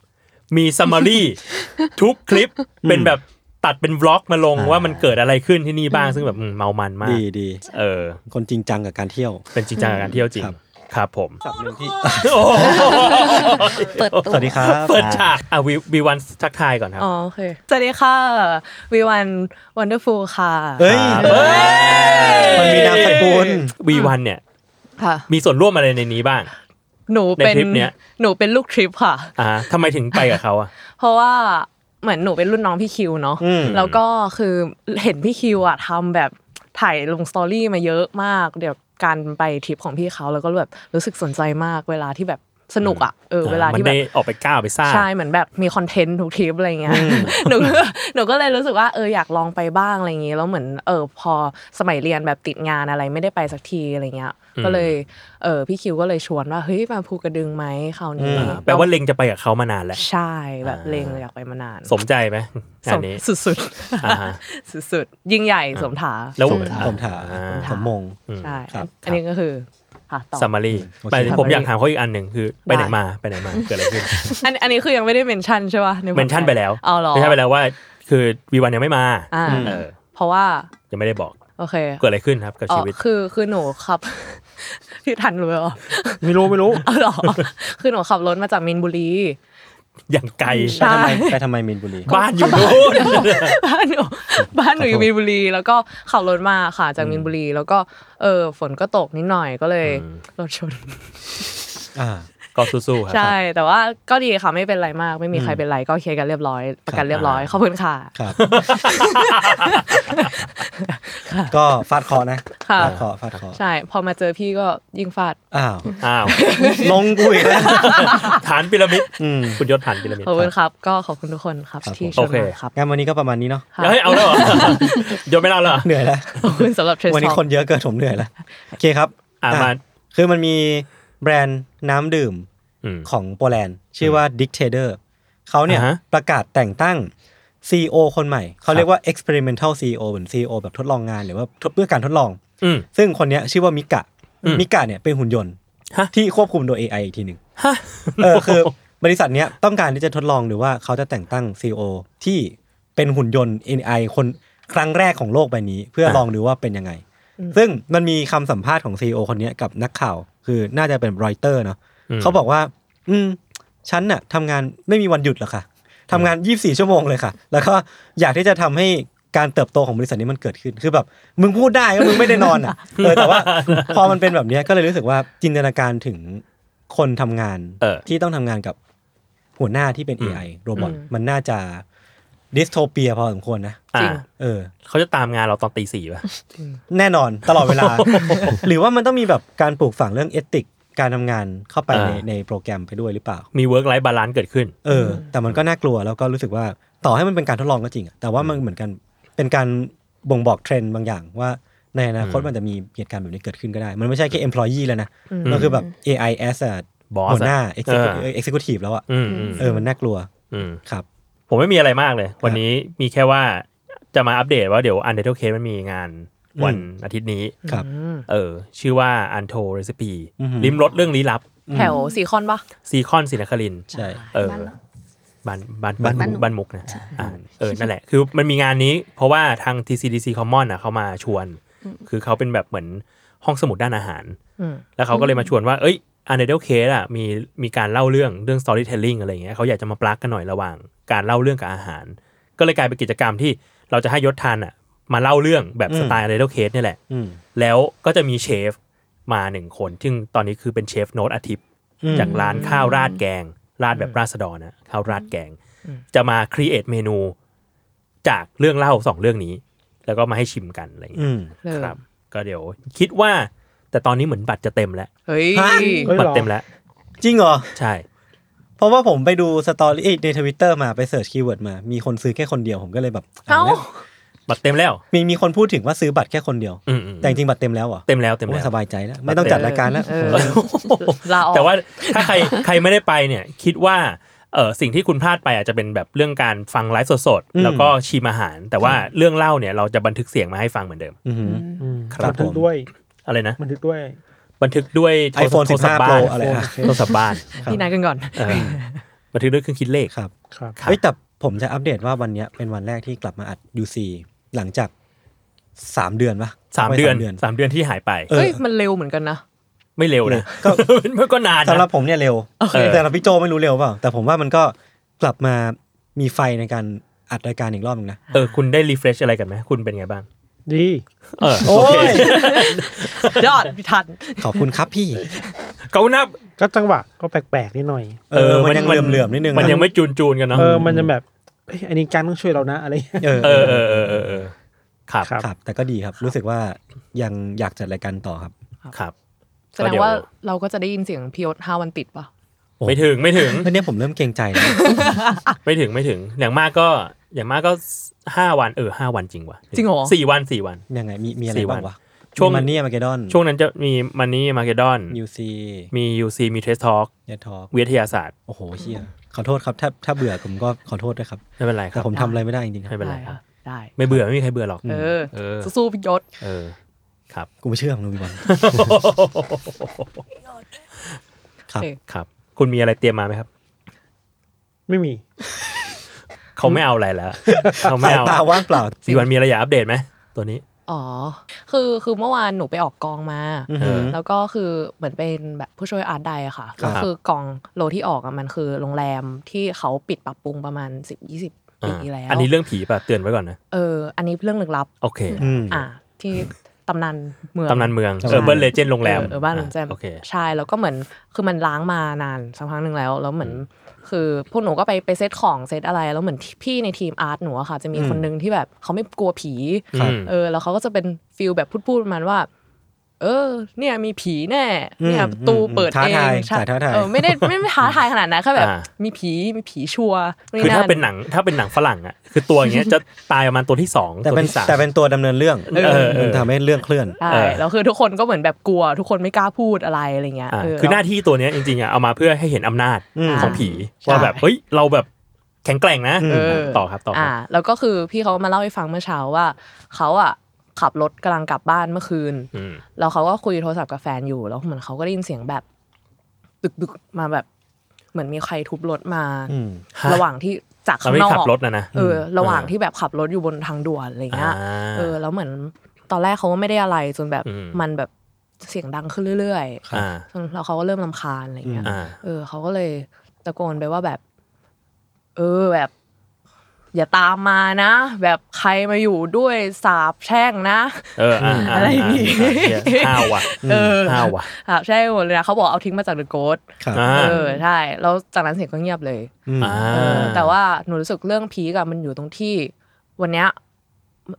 มีซัมมารี ทุกคลิปเป็นแบบตัดเป็นบล็อกมาลง
อ่า
ว่ามันเกิดอะไรขึ้นที่นี่บ้างซึ่งแบบอืมเมามันมาก
ดีดี
เออ
คนจริงจังกับการเที่ยว
เป็นจริงจังกับการเที่ยวจริง
ครับ
ครับผม
สับหนึ่งที่
เปิดตัว
สวัสดีครับ
เปิดฉากอ่ะวิววิววันทักทายก่อนครับ
อ๋อโอเคสวัสดีค่ะวีวันวันเดอร์ฟูลค่ะ
เอ้ย
ครับ
มันมีนามสกุล
วีวันเนี่ย
ค่ะ
มีส่วนร่วมอะไรในนี้บ้าง
หนูเป็น
ในทริปเนี้ย
หนูเป็นลูกทริปค่ะ
อ่าทำไมถึงไปกับเขาอ่ะ
เพราะว่าเหมือนหนูเป็นรุ่นน้องพี่คิวเนาะ
อืม
แล้วก็คือเห็นพี่คิวอะทำแบบถ่ายลงสตอรี่มาเยอะมาก เดี๋ยวการไปทริปของพี่เขาแล้วก็แบบรู้สึกสนใจมากเวลาที่แบบสนุกอ่ะเออเวลาที่แบ
มัน
บ
ได้ออกไปก้าวไปสร้าง
ใช่เหมือนแบบมีคอนเทนต์ทุกทริปอะไรเงี้ยหนูก็ หนูก็เลยรู้สึกว่าเอออยากลองไปบ้างอะไรอย่างงี้แล้วเหมือนเออพอสมัยเรียนแบบติดงานอะไรไม่ได้ไปสักทีอะไรเงี้ย
อืม
ก็เลยเออพี่คิวก็เลยชวนว่าเฮ้ยมาภูกระดึงไหมคราวนี้
อืม
แปลว่าเล็งจะไปกับเขามานานแล้ว
ใช่แบบ
อ่า
เลงอยากไปมานาน
สมใจไหมงานนี้
สุดสุด
อ่าฮะ
ๆสุดๆยิ่งใหญ่สมถา
แล้ว
สมถะ
ผมถาม
อ่า
ผมมง
ใช่
ครับ
อันนี้ก็คือค่ะต่อ
s ัมมารี
โอเค
ไปผม
summary
อยากถามเขาอีกอันหนึ่งคือ ไปไหนมาไปไหนมาเกิดอะไร ขึ้น
อันอันนี้คือยังไม่ได้เมนชั่นใช่ป่ะใ podcast
เมนชั่นไปแล้ว
เอาเหรอ
เมนชั่นไปแล้วว่า คือวีวันยังไม่มา
อ่า
เออ
เพราะว่า
ยังไม่ได้บอก
โอเค
เกิดอะไรขึ้นครับกับชีวิต
อ๋อคือคือหนูขับ พี่ทันรู้เหรอ
ไม่รู้ไม่รู้
เอาเหรอ คือหนูขับรถมาจากมินบุรี
อย่างไกล
ใช่
ไปทำไมไปทำไมมีนบุรี
บ้านอยู่นู่น
บ้านหนูบ้านหนูอยู่
ขอโทษ
มินบุรี แล้วก็ขับรถมาค่ะจากมินบุรี แล้วก็เออฝนก็ตกนิดหน่อยก็เลย
อืม
รถชน
อ่า
ก็สู้ๆครับ
ใช่ แต่ว่าก็ดีค่ะไม่เป็นไรมาก ไม่มีใครเป็นไรก็เคลียร์กันเรียบร้อยประกันเรียบร้อย
อ่า
ขอบคุณค่ะ
ครับ ก็ฟาดเคอนะ
ค่ะ
ฟาดเคอฟาดเคอ
ใช่ พอมาเจอพี่ก็ยิ่งฟาด
อ้าว
อ้าว
ลงกูอีกแล้ว
ฐานพีระมิด
อืม
คุณยศฐานพีระมิด
ขอบคุณครับ ก็ขอบคุณทุกคนครับ
ครับ
ที่ช
โอ
วน
เค
มาครับ
งั้นวันนี้ก็ประมาณนี้เนาะ
ค่ะ
เฮ้ยเอาแล้วเหรอยศไม่เอาแล้วเหรอ
เหนื่อยแล้ว
ขอบคุณสำหรับเทรน
วันนี้คนเยอะเกินผมเหนื่อยแล้ว โอเคครับ
อ่ะมา
คือมันมีแบรนด์น้ำดื่ม
อืม
ของโปแลนด์ ชื่อว่า Dictator เขาเนี่ย
อ่าฮะ
ประกาศแต่งตั้ง CEO คนใหม่ เขาเรียกว่า experimental CEO เหมือน CEO แบบทดลองงานหรือว่าเพื่อการทดลอง
อืม
ซึ่งคนเนี้ยชื่อว่ามิกะ
อืม
มิกะเนี่ยเป็นหุ่นยนต์
ฮะ
ที่ควบคุมโดย AI อีกทีหนึ่ง
ฮะ
เออคือบริษัทเนี้ยต้องการที่จะทดลองหรือว่าเขาจะแต่งตั้ง CEO ที่เป็นหุ่นยนต์ AI คนครั้งแรกของโลกใบนี้ เพื่อ
อ่ะ
ลองดูว่าเป็นยังไง ซึ่งมันมีคำสัมภาษณ์ของ CEO คนเนี้ยกับนักข่าว คือน่าจะเป็นรอยเตอร์เนาะ
ม
เขาบอกว่า อืมฉันน่ะทำงานไม่มีวันหยุดหรอกค่ะทำงาน 24 ชั่วโมงเลยค่ะ แล้วก็อยากที่จะทำให้การเติบโตของบริษัทนี้มันเกิดขึ้นคือแบบ มึงพูดได้ก็มึงไม่ได้นอนอ่ะ เออแต่ว่าพอมันเป็นแบบเนี้ยก็เลยรู้สึกว่าจินตนาการถึงคนทำงาน
เออ
ที่ต้องทำงานกับหัวหน้าที่เป็น
อืม
AI โรบอทมันน่าจะดิสโทเปียพอสมควรนะ
อ่า
จริง
เออ
เขาจะตามงานเราตอนตีสี่ป่ะ
แน่นอนตลอดเวลา หรือว่ามันต้องมีแบบการปลูกฝังเรื่องเอติก การทำงานเข้าไป
อ่า
ในในโปรแกรมไปด้วยหรือเปล่า
มีเวิร์กไลฟ์บาลานซ์เกิดขึ้น
เออ แต่มันก็น่ากลัวแล้วก็รู้สึกว่าต่อให้มันเป็นการทดลองก็จริงอะแต่ว่ามันเหมือนกันเป็นการบ่งบอกเทรนด์บางอย่างว่าในอนาคต
อืม
มันจะมีเหตุการณ์แบบนี้เกิดขึ้นก็ได้ มันไม่ใช่แค่ employee แล้วนะ
อืม
มันคือแบบ AI as a
Boss
หัวหน้า
อะ
executive
เออ
executive แล้วอะ
อืมอืม
เออมันน่ากลัว
อืม
ครับ
ผมไม่มีอะไรมากเลย วันนี้มีแค่ว่าจะมาอัปเดตว่าเดี๋ยว u n d e r t a l e Case มันมีงาน
อืม
วันอาทิตย์นี้
ครับ
อืม
เออ ชื่อว่า u n t o Recipe
อือหือ
ลิ้มรสเรื่องลี้ลับ
แถวสีคอนปะ
ซีคอนศินครินทร์
ใช่
เออ
บ้านเรา
บ้านบ้าน
บ้าน
บ้าน
มุก
บ้านมุกนะอ่าเออ นั่นแหละ คือมันมีงานนี้ เพราะว่าทาง TCDC Common อ่ะเขามาชวน คือเขาเป็นแบบเหมือนห้องสมุดด้านอาหาร
อืม
แล้วเขาก็เลยมาชวนว่า เอ้ย u n d e r t a l e Case อ่ะมีมีการเล่าเรื่องเรื่อง storytelling อะไรอย่างเงี้ยเขาอยากจะมาปลักกันหน่อยระหว่างการเล่าเรื่องกับอาหาร ก็เลยกลายเป็นกิจกรรมที่เราจะให้ยศทานอ่ะมาเล่าเรื่องแบบ
อืม
สไตล์ u n d e r t a l e Case เนี่ยแหละ
อืม
แล้วก็จะมีเชฟมาหนึ่งคน ซึ่งตอนนี้คือเป็นเชฟโนตอาทิตย์
อืม
จากร้านข้าวราดแกง ราดแบบราษฎรนะข้าวราดแกง จะมาครีเอทเมนู จากเรื่องเล่าสองเรื่องนี้ แล้วก็มาให้ชิมกันอะไรอย่างเงี้ย
อืม
เออ
ครับ ก็เดี๋ยวคิดว่า แต่ตอนนี้เหมือนบัตรจะเต็มแล้ว
เฮ้ย
ฮะ
เฮ้ย
บัตรเต็มแล้ว
จริงเหรอ
ใช่
เพราะว่าผมไปดูสตอรี่เอ้ยในทวิตเตอร์มาไปเสิร์ชคีย์เวิร์ดมา มีคนซื้อแค่คนเดียวผมก็เลยแบบ
เอ้า
อ่แล้ว
บัตรเต็มแล้ว
มีมีคนพูดถึงว่าซื้อบัตรแค่คนเดียว
อืมอืม
แต่จริงๆบัตรเต็มแล้วเหรอ
เต็มแล้วเต็ม
โอ้
แล้ว
สบายใจแล้ว ไม่ต้องจัดรายการแล้ว
เออ
โอ้โห
ลาออก
แต่ว่าถ้าใคร ใครไม่ได้ไปเนี่ย คิดว่าเออสิ่งที่คุณพลาดไปอาจจะเป็นแบบเรื่องการฟังไลฟ์สด
อืม
ๆ แล้วก็ชิมอาหาร แต่ว่าเรื่องเล่าเนี่ยเราจะบันทึกเสียงมาให้ฟังเหมือนเดิม
อื้อหือ
อืม
ครับ
บันทึก
ผม
ด้วย
อะไรนะ
บันทึกด้วย
บันทึกด้วยโทรศัพท์
iPhone
โทรศัพท์
15
บ้าน
Pro อะไรฮะ
โทรศัพท์บ้าน
พี่นายกันก่อน
เออบันทึกด้วยเครื่องคิดเลข
ครับ
ครับ
เอ้ยแต่ผมจะอัปเดตว่าวันเนี้ยเป็นวันแรกที่กลับมาอัด UC หลังจากสามเดือนปะ
สาม
ไ
เดือนสามเดือนที่หายไป
เออ
เอ้ยมันเร็วเหมือนกันนะ
ไม่เร็วนะ
ก็
มันก็นาน
สำหรั
นะ
บผมเนี่ยเร็ว
โอเค
แต่สำหรับพี่โจไม่รู้เร็วเปล่า แต่ผมว่ามันก็กลับมามีไฟในการอัดรายการอีกรอบหนึ งนะ
เออคุณได้รีเฟรชอะไรกันไหมคุณเป็นไงบ้าง
ดี
เออ
โอ้ย
ยอดพี่ทัน
ขอบคุณครับพี่
เขาหน้า
ก็จังหวะก็แปลกๆนิดหน่อย
เออ มันยังเหลื่อมๆนิดนึง
มันยัง
ะ
ไม่จูนจูนๆกันเนาะ
เออมันจะแบบเอ้ยอันนี้การต้องช่วยเรานะอะไรอย่างเงี้ย
เออ
เออเออเออเออเออครับ
ครับ
ครับ แต่ก็ดีครับ รู้สึกว่ายังอยากจัดรายการต่อครับ
ครับ
แสดงว่าเราก็จะได้ยินเสียงพี่ยศห้าวันติดปะ
ก็เดี๋ยวไม่ถึงไม่ถึง
วันนี้ผมเริ่มเกรงใจนะ
ไม่ถึงไม่ถึงอย่างมากก็อย่างมากก็ห้าวันเออห้าวันจริงว่ะ
จริงเหรอ
สี่วันสี่วัน
ยังไง มีมีอะไร
สี่วั
บ้าน งวะ
ช่วง
มันนี่มาเกดอน
ช่วงนั้นจะมีมันนี่มาเกดอน
ยูซี
มียูซีมีเทสทอ k
เนทอ
วิทยาศาสตร์
โอ้โหเชี่ยขอโทษครับ ถ้าถ้าเบื่อผมก็ขอโทษด้วยครับ
ไม่เป็นไรค
แต่
รับ
ผมทำอะไรไม่ได้จริงๆค
ไม่
รับ
เป็นไรค
ได้
รับ
ค่ะได้
ไม่เบื่อไม่มีใครเบื่อหรอก
เออ
เออ
สู้ๆพี่ยศ
เออครับ
กูไม่เชื่อมึงลุงพี่บอลครับ
เออ
ครับ คุณมีอะไรเตรียมมาไหมครับ
ไม่มี
เขาไม่เอาอะไรแล้ว เขาไม่
สาย
เอา
ตาว่างเปล่า
สี่วันมีอะไรอยากอัปเดตไหมตัวนี้
อ๋อ คือคือเมื่อวานหนูไปออกกองมา
อือหือ
แล้วก็คือเหมือนเป็นแบบผู้ช่วยอาร์ตไดอะค่ะ
ครับ
ก็คือกองโลที่ออกอะมันคือโรงแรมที่เขาปิดปรับปรุงประมาณ 10-20 ปีแล้ว
อันนี้เรื่องผีป่ะเตือนไว้ก่อนนะ
เออ อันนี้เรื่องลึกลับ
โอเค
อืม
อ่า ที่ตำนานเมือง
ตำนานเมือง
ใช่
เออเบิร์นเลเจนด์โรงแรม
เออเออบ้านโรงแรม
อ่ะโอเค
ใช่แล้วก็เหมือนคือมันล้างมานานสักพักหนึ่งแล้วแล้วเหมือน คือพวกหนูก็ไปไปเซตของเซตอะไร แล้วเหมือนพี่ในทีมอาร์ตหนูอะค่ะ จะมี
อืม
คนนึงที่แบบเขาไม่กลัวผี
ครับ
เออแล้วเขาก็จะเป็นฟิลแบบพูดพูดๆประมาณว่า เออ เนี่ยมีผีแน่เนี่ยประตูเปิด
ท้า
เอง
ทาย
ใช่
สายท้าทาย
เออไม่ได้ไม่ไม่ท้าทายขนาดนั้นแค่แบบ
อ่า
มีผีมีผีชัวร์นี่
คือถ้าเป็น
น
หนังถ้าเป็นหนังฝรั่งอ่ะคือตัวอย่างเงี้ยจะตายประมาณตัวที่สอง
แต่
ตัว
เป็น
ที่สาม
แต่เป็นตัวดำเนินเรื่อง
เออเออ
มันทำให้เรื่องเคลื่อน
ใช่
เออ
แล้วคือทุกคนก็เหมือนแบบกลัว ทุกคนไม่กล้าพูดอะไรอะไรเงี้ย
อ่ะ
เ
คือหน้าที่ตัวเนี้ยจริงๆอ่ะเอามาเพื่อให้เห็นอำนาจ
อืม
ของผี
ใช่
ว่าแบบเฮ้ยเราแบบแข็งแกร่งนะ
เออ
ต่อครับต่อครั
อ่า
บ
แล้วก็คือพี่เขามาเล่าให้ฟังเมื่อเช้าว่าเขาอ่ะขับรถกำลังกลับบ้านเมื่อคืน
อืม
แล้วเขาก็คุยโทรศัพท์กับแฟนอยู่แล้วเหมือนเขาก็ได้ยินเสียงแบบดึกๆมาแบบ เหมือนมีใครทุบรถมา
อืม
ฮะ
ระหว่างที่จาก
เรา
ข้าง
ไม่
น
ได้
อก
ขับรถนะนะ
เออ ระหว่าง
เออ
ที่แบบขับรถอยู่บนทางด่วนอะไรเงี้ย เออ
อ
แล้วเหมือนตอนแรกเขาก็ไม่ได้อะไรจนแบบ
อืม
มันแบบเสียงดังขึ้นเรื่อยๆ
อ่า
แล้วเขาก็เริ่มลำคาญอะไรเงี้ย
อ่า
เออเขาก็เลยตะโกนไปว่าแบบ เออแบบ อย่าตามมานะ แบบใครมาอยู่ด้วยสาบแช่งนะ
เอออ่าา
อะไรอย่างงี้
าเหี้ยห้าวว่ะ
เออ
ห้าวว่ะ
สาบแช่งหมดเลยนะเขาบอกเอาทิ้งมาจากเดอะโกด
ครับ
อ่า
เออใช่ แล้วจากนั้นเสียงก็เงียบเลย
ม
อ่า
เออแต่ว่าหนูรู้สึกเรื่องพีกอะมันอยู่ตรงที่ วันเนี้ย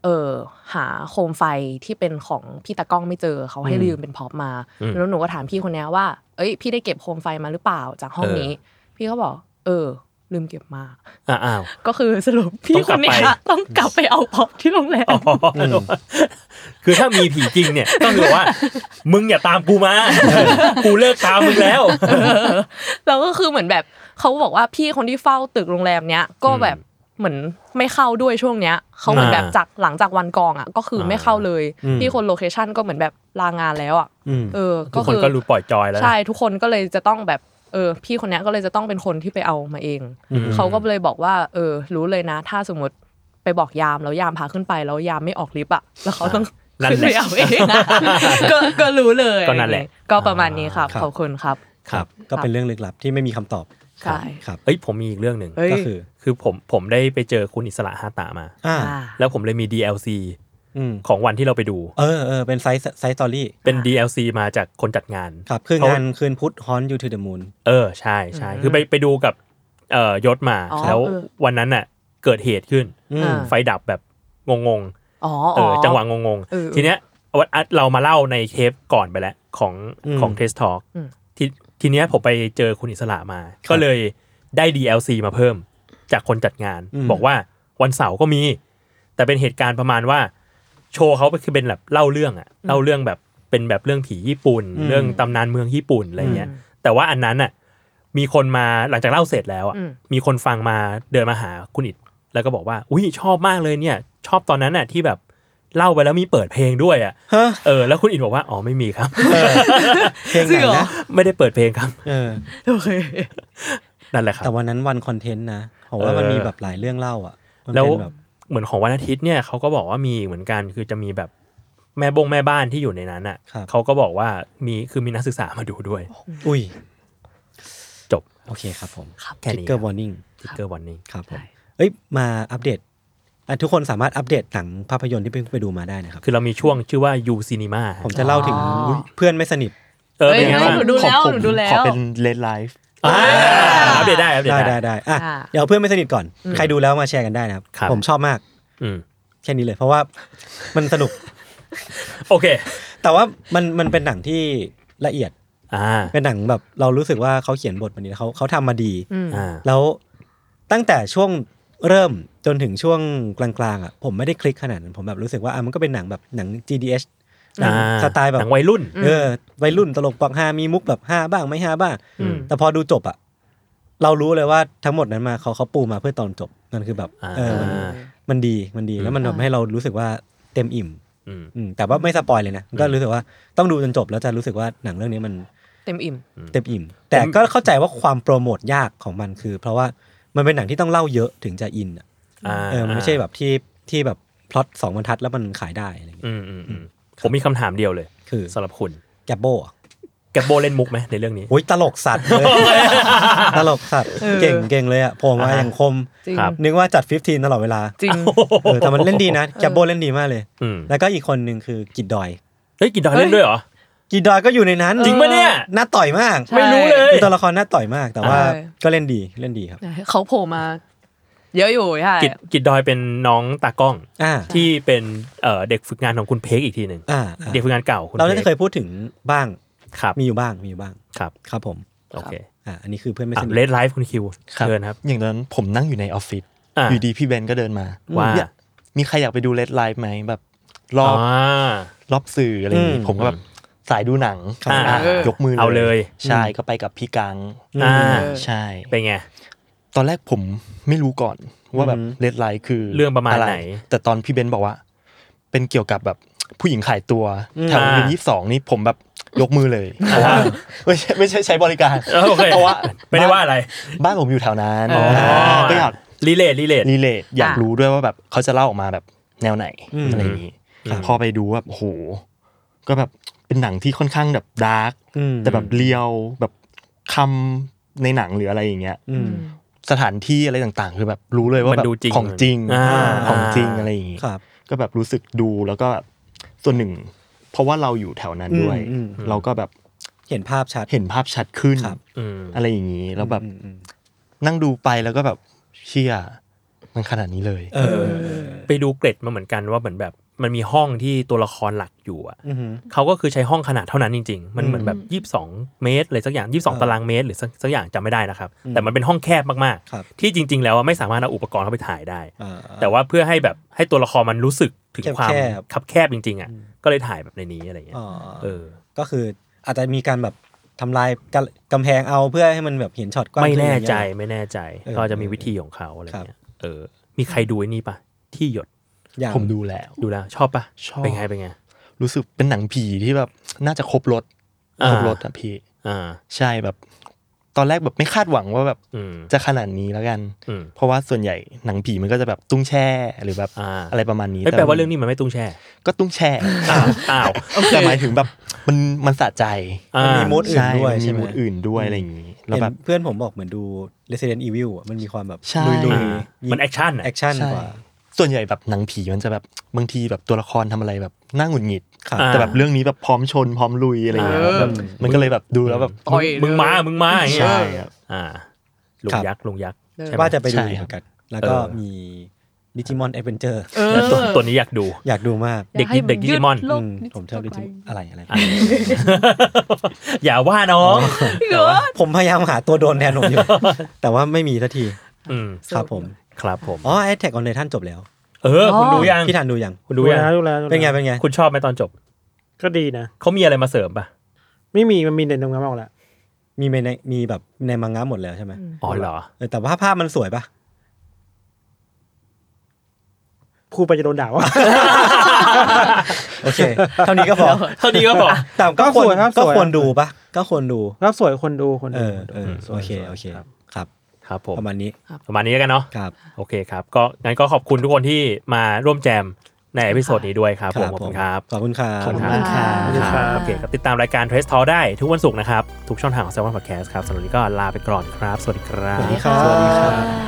เออหาโคมไฟที่เป็นของพี่ตากล้องไม่เจอเขาให้ลืมเป็นพร็อพมา แล้วหนูก็ถามพี่คนเนี้ยว่า เอ้ย พี่ได้เก็บโคมไฟมาหรือเปล่าจากห้องนี้ พี่เขาบอก เออ ลืมเก็บมา
อ่าอ้าว
ก็คือสรุปพี่คนเนี้ย
ต้องกลับไป
ต้องกลับไปเอาพร็อพที่โรงแรม
คือถ้ามีผีจริงเนี่ยต้องคือว่า มึงอย่าตามกูมากูเลิกตามมึงแล้ว
แล้วก็คือเหมือนแบบเขาบอกว่าพี่คนที่เฝ้าตึกโรงแรมเนี้ยก็แบบเหมือนไม่เข้าด้วยช่วงเนี้ยเขาเหมือนแบบ
อ่า
จากหลังจากวันกองอ่ะก็คือไม่เข้าเลย
อืม
พี่คนโลเคชั่นก็เหมือนแบบลางานแล้วอ่ะ
อืม
เออ
ทุกคนก็รู้ปล่อยจอยแล้วนะ
ใช่ทุกคนก็เลยจะต้องแบบเออ พี่คนเนี้ยก็เลยจะต้องเป็นคนที่ไปเอามาเอง เขาก็เลยบอกว่า เออ รู้เลยนะ ถ้าสมมติไปบอกยามแล้วยามพาขึ้นไปแล้วยามไม่ออกลิฟต์อ่ะแล้วเขาต้อง
นั่น
ขึ้น
แหละ
ไปเอาเองอะ ก็ก็รู้เลย
ก็นั่นแหละ
ก็ประมาณนี้ครับ
ครับ
ขอบคุณครับ
ครับ ก็เป็นเรื่องลึกลับที่ไม่มีคำตอบ
ใช่
ครับ
เอ้ยผมมีอีกเรื่องหนึ่ง
เอ้ย
ก็คือ
คือผมผมได้ไปเจอคุณอิสระฮาตามา
อ่า
อ่า
แล้วผมเลยมี DLC
อืม
ของวันที่เราไปดู
เออเออเป็นไซส์ไซส์ตอรี่
เป็น DLC มาจากคนจัดงาน
ครับ คืองานคืนพุธฮอนยูทู the Moon
เออใช่ใช่คือไปไปดูกับเอ่อยศมา
อ๋อ
แล้ว
เออ
วันนั้นน่ะเกิดเหตุขึ้น
อืม
อ่า
ไฟดับแบบงงๆ
อ๋อ
เอ
อ๋อ
อจังหวะงง
เออ
ๆ ทีเนี้ยวันอ่ะเรามาเล่าในเทปก่อนไปแล้วของ
อืม
ของเทสทอก
อืม
ทีทีเนี้ยผมไปเจอคุณอิสระมา ก็เลยได้ DLC มาเพิ่มจากคนจัดงาน
อืม
บอกว่าวันเสาร์ก็มี แต่เป็นเหตุการณ์ประมาณว่า โชว์เขาคือเป็นแบบเล่าเรื่องอะเล่าเรื่องแบบเป็นแบบเรื่องผีญี่ปุ่น เรื่องตำนานเมืองญี่ปุ่นอะไรเงี้ย แต่ว่าอันนั้นอะมีคนมาหลังจากเล่าเสร็จแล้วอะมีคนฟังมาเดินมาหาคุณอิดแล้วก็บอกว่า อุ้ยชอบมากเลยเนี่ย ชอบตอนนั้นน่ะที่แบบ เล่าไปแล้วมีเปิดเพลงด้วยอ่ะ
ฮะ
เออแล้วคุณอินบอกว่าอ๋อไม่มีครับ
เพลงไหนนะ
ไม่ได้เปิดเพลงครับ
เออ
โอเค
นั่นแหละครับ
แต่วันนั้นวันคอนเทนต์นะผมว่ามัน
เออ
มีแบบหลายเรื่องเล่าอ่ะมัน
แล้ว
เป็นบบ
เหมือนของวันอาทิตย์เนี่ยเขาก็บอกว่ามีเหมือนกันคือจะมีแบบแม่บงแม่บ้านที่อยู่ในนั้นอ่ะ
ครับ
เขาก็บอกว่ามีคือมีนักศึกษามาดูด้วย
อุ้ย
จบ
โอเคครับผม
แค่
ทิก
นี้
เกอร์วอร์นิ่ง
ทิกเกอร์วันนี้
ครับผมเอ้ยมาอัปเดตอ่ะทุกคนสามารถอัปเดตหนังภาพยนตร์ที่เพิ่งไปดูมาได้นะครับ
คือเรามีช่วงชื่อว่า U Cinema
ผมจะเล่าถึง
อ๋ออุ๊
ยเพื่อนไม่สนิท
เออเป็นไง
เฮ้ย
บ้าง
หนูดูแล้ว
ของผม
หนูดูแล้ว
ขอเป็นเลนไลฟ์
อ่าอัปเดตได้อัปเดต
ได้ได้
ได้
ได้อ่ะ
อ่า
เดี๋ยวเพื่อนไม่สนิทก่อน ใครดูแล้วมาแชร์กันได้นะครับ
ครับ
ผมชอบมาก
อืม
แค่นี้เลย เพราะว่ามันสนุก
โอเค
แต่ว่ามันมันเป็นหนังที่ละเอียด
อ่า
เป็นหนังแบบเรารู้สึกว่าเขาเขียนบทมันนี้เขาเขาทำมาดี
อืม
อ่า
แล้วตั้งแต่ช่วงเริ่มจนถึงช่วงกลางๆอ่ะผมไม่ได้คลิกขนาดนั้น ผมแบบรู้สึกว่าอ่ะมันก็เป็นหนังแบบหนัง GDH หนัง
อ่า
สไตล์แบ
ห
บ
นังวัยรุ่น
เออวัยรุ่นตลกปอกฮามีมุกแบบฮาบ้างไม่ฮาบ้าง
อืม
แต่พอดูจบอ่ะเรารู้เลยว่าทั้งหมดนั้นมาเขาเขาปูมาเพื่อตอนจบนั่นคือแบบ
อ่า
เออมันมันดีมันดีแล้วมันทำให้เรารู้สึกว่าเต็มอิ่ม
อืม
อืมแต่ว่าไม่สปอยเลยนะก็รู้สึกว่าต้องดูจนจบแล้วจะรู้สึกว่าหนังเรื่องนี้มัน
เต็มอิ่ม
เต็มอิ่มแต่ก็เข้าใจว่าความโปรโมทยากของมันคือ เพราะว่ามันเป็นหนังที่ต้องเล่าเยอะถึงจะอินอะ
อ่า
เออมันไม่ใช่แบบที่ที่แบบพล็อตสองบรรทัดแล้วมันขายได้อะไรอย่างเงี้ย
อืมอืมอืมผมมีคำถามเดียวเลย
คือ
สำหรับคุณ
แกบโบอะ
แกบโบเล่นมุกไหมในเรื่องนี้
โอ้ยตลกสั ตว์เลยตลกสัตว์
เออ
เก่งเก่งเลยอ่ะผมมาอย่างคม
จริง
ครับ
นึกว่าจัด 15 ตลอดเวลา
จริง
เออแต่มันเล่นดีนะแกบโบเล่นดีมากเลย
อืม
แล้วก็อีกคนหนึ่งคือกิดดอย
เฮ้ยกินดอยเล่นด้วยเหรอ
กิดดอยก็อยู่ในนั้น
จริงปะเนี่ย
น่าต่อยมาก
ไม่รู้เลย
เป็นตัวละครน่าต่อยมาก แต่ว่า
ใช่
ก็เล่นดีเล่นดีครับ
เขาโผล่มา เยอะอยู่ใช่
กิดกิดดอยเป็นน้องตากล้อง
อ่า
ที่เป็นเอ่อเด็กฝึกงานของคุณเพกอีกทีหนึ่ง
อ่า
เด็กฝึกงานเก่าคุณ
เราน่า
พ
จะเค
ก
ยพูดถึงบ้าง
ครับ
มีอยู่บ้าง มีอยู่บ้าง
ครับ
ครับผม
โอเค
อ่า อันนี้คือเพื่อนไม่
อ่ะ
สนิท
เลดไลฟ์คุณคิว
ครับ
เชิญครับ
อย่างตอนนั้นผมนั่งอยู่ในออฟฟิศ
อ่ะ
อยู่ดีพี่เบนก็เดินมา
ว่า
เนี่ยมีใครอยากไปดูเลดไลฟ์ไหมแบบรอบ
อ่า
รอบสื่ออะไรอย่างนี้ผมก็แบบสายดูหนัง
ครับ
อ่ะ
เออย
กมือ
เอาเลย
ใช่ก็ไปกับพี่กัง
อืม
อ่า
ใช่
เป็นไง
ตอนแรกผมไม่รู้ก่อนว่าแบบ
อืม
เลดไลท์คือ
เรื่องประมาณไหน
แต่ตอนพี่เบนซ์บอกว่า เป็นเกี่ยวกับแบบผู้หญิงขายตัวแถว
อ่า
วินยี่สองนี่ผมแบบยกมือเลย เพราะว่าไม่ใช่ไม่ใช่ใช้บริการ
เออโอเค
เพราะว่า
ไม่ได้ว่าอะไร
บ้านผมอยู่แถวนั้น
อ๋ออ่
าก็อยาก
รีเลทรีเลท
รีเลทอยากรู้ด้วยว่าแบบเขาจะเล่าออกมาแบบแนวไหน
อืม
อะไรอย่างนี้
อืม
พอไปดูแบบโอ้โหก็แบบเป็นหนังที่ค่อนข้างแบบดาร์ก
อืม
แต่แบบเรียวแบบคำในหนังหรืออะไรอย่างเงี้ย
อืม
สถานที่อะไรต่างๆ คือแบบรู้เลยว่า
มัน
แบบ
ดูจริง
ของจริง
อ่า
ของจริงอะไรอย่างงี้
ครับ
ก็แบบรู้สึกดูแล้วก็ส่วนหนึ่ง เพราะว่าเราอยู่แถวนั้นด้วย
อืมอืม
เราก็แบบ
เห็นภาพชัด
เห็นภาพชัดขึ้น
ครับ
อืม
อะไรอย่างนี้ แล้วแบบ
อืมอืม
นั่งดูไปแล้วก็แบบเชี่ยมันขนาดนี้เลย
เออ
ไปดูเกร็ดมาเหมือนกันว่าเหมือนแบบมันมีห้องที่ตัวละครหลักอยู่อะ
อือหือ
เขาก็คือใช้ห้องขนาดเท่านั้นจริง ๆ มันเหมือน
อืม
แบบ 22 เมตรอะไรสักอย่าง
อ่า
22 ตารางเมตร หรือสักสักอย่างจำไม่ได้นะครับ แต่มันเป็นห้องแคบมาก
ครับ
ๆ ที่จริง ๆ แล้วอะไม่สามารถเอาอุปกรณ์เข้าไปถ่ายได้
อ่า
แต่ว่าเพื่อให้แบบให้ตัวละครมันรู้สึกถึงความ
แคบ
คับแคบจริง ๆ อ่ะ ก็เลยถ่ายแบบในนี้อะไรเงี้ย
อ๋อ
เออ
ก็คืออาจจะมีการแบบทำลายกะกำแพงเอาเพื่อให้มันแบบเห็นช็อตกว้าง
ไม่แน่ใจ
ขึ้น
ไม่แน่ใจ
เออ
ก็จะมีวิธีของเขาอะไร
ครับ
เงี้ย เออ มีใครดูไอ้นี่ปะที่หยด
อะไรเงี้ยอย่าง
ผมดูแล้ว
ดูแล้วชอบปะ
ชอบ
เป็นไงเป็นไง
รู้สึกเป็นหนังผีที่แบบน่าจะครบรถ
อ่า
ครบรถอะพี่
อ่า
ใช่แบบ ตอนแรกแบบไม่คาดหวังว่าแบบ
อืม
จะขนาดนี้แล้วกัน
อืม
เพราะว่าส่วนใหญ่หนังผีมันก็จะแบบตุ้งแช่หรือแบบ
อ่า
อะไรประมาณนี้
ไม่แปลว่าเรื่องนี้มันไม่ตุ้งแช่
ก็ตุ้งแช่
อ้าว
แต่หมายถึงแบบมันมันสะใจ
อ่า
มันมีมูดอื่นด้วย
มันมี
ใช่ไหม
มูดอื่นด้วยอะไรอย่างนี้แล้ว
เห็น
แบบ
เพื่อนผมบอกเหมือนดู Resident Evil อะมันมีความแบบ
ใช่
ลุย
อ่ามันแอคชั่น
ๆ
อะ
แอคชั่น
ใช่
กว่า
ส่วนใหญ่แบบหนังผีมันจะแบบบางทีแบบตัวละครทำอะไรแบบน่าหงุดหงิด
ครับ
อ่า
แต่แบบเรื่องนี้แบบพร้อมชนพร้อมลุยอะไรอย่างเงี้ย
เออ
แบบมันก็เลยแบบดูแล้วแบบ
ต่อย
มึงมา มึงมาอย่างเงี้ย
ใช่ครับ
อ่าลุ
ครั
ง
บ
ยักษ์ลุงยักษ์
เออ
ใช่ไหม
ว่าจะไปดู
ใช่
เหมือนกัน แล้วก็มีดิจิมอนแอดเวนเจอร์
เออ
แล้วตัวตัวนี้อยากดู
อยากดูมาก
เด็กดิบเด็กดิจิมอน
ยากให้นยืดโลก
อืมผมชอบดิจิอะไรอะไร
อย่าว่าน้อง
เยอะ
ผมพยายามหาตัวโดนแทนผมอยู่ แต่ว่าไม่มีสักที
อืม
ครับผม
ครับผม
อ๋อไอแท็กออนไททันจบแล้ว
เออ คุณดูยัง
พี่ทันดูยัง
คุณดูยัง
แล้วดูแล้วดูแล้ว
เป็นไงเป็นไง
คุณชอบไหมตอนจบ
ก็ดีนะ
เขามีอะไรมาเสริมป่ะ
ไม่มีมันมีเด่นตรงนั้นออกแล้ว
มีในมีแบบในมังงะหมดแล้วใช่ไหม
อ๋อเหรอ
เออแต่ว่าภาพมันสวยปะ
พูดไปจะโดนด่าว่า
โอเค เท่านี้ก็พอ
เท่านี้ก็พอ
แต่ก็ควร
ก็สวยครับสวย
ก็ควรดูปะก็ควรดู
ภาพสวยคนดูคน
เอ
ดู
อเออโอเคโอเคครับ
ครับผม
ประมาณนี้
ประมาณนี้แล้วกันเนาะ
ครับ
โอเคครับ ก็งั้นก็ขอบคุณทุกคนที่มาร่วมแจมในเอพิโซดนี้ด้วยครับผมขอบคุณครับ
ขอบคุณครับ
ขอบคุณมากค่ะ
ขอบคุณครับ
โอเคครับติดตามรายการ Trace Talk ได้ทุกวันศุกร์นะครับ ทุกช่องทางของ s ซ l m o n Podcast ครับสำหรับวันนี้ก็ลาไปก่อนครับ สวัสดีครับ
สวัสดีครับ
บ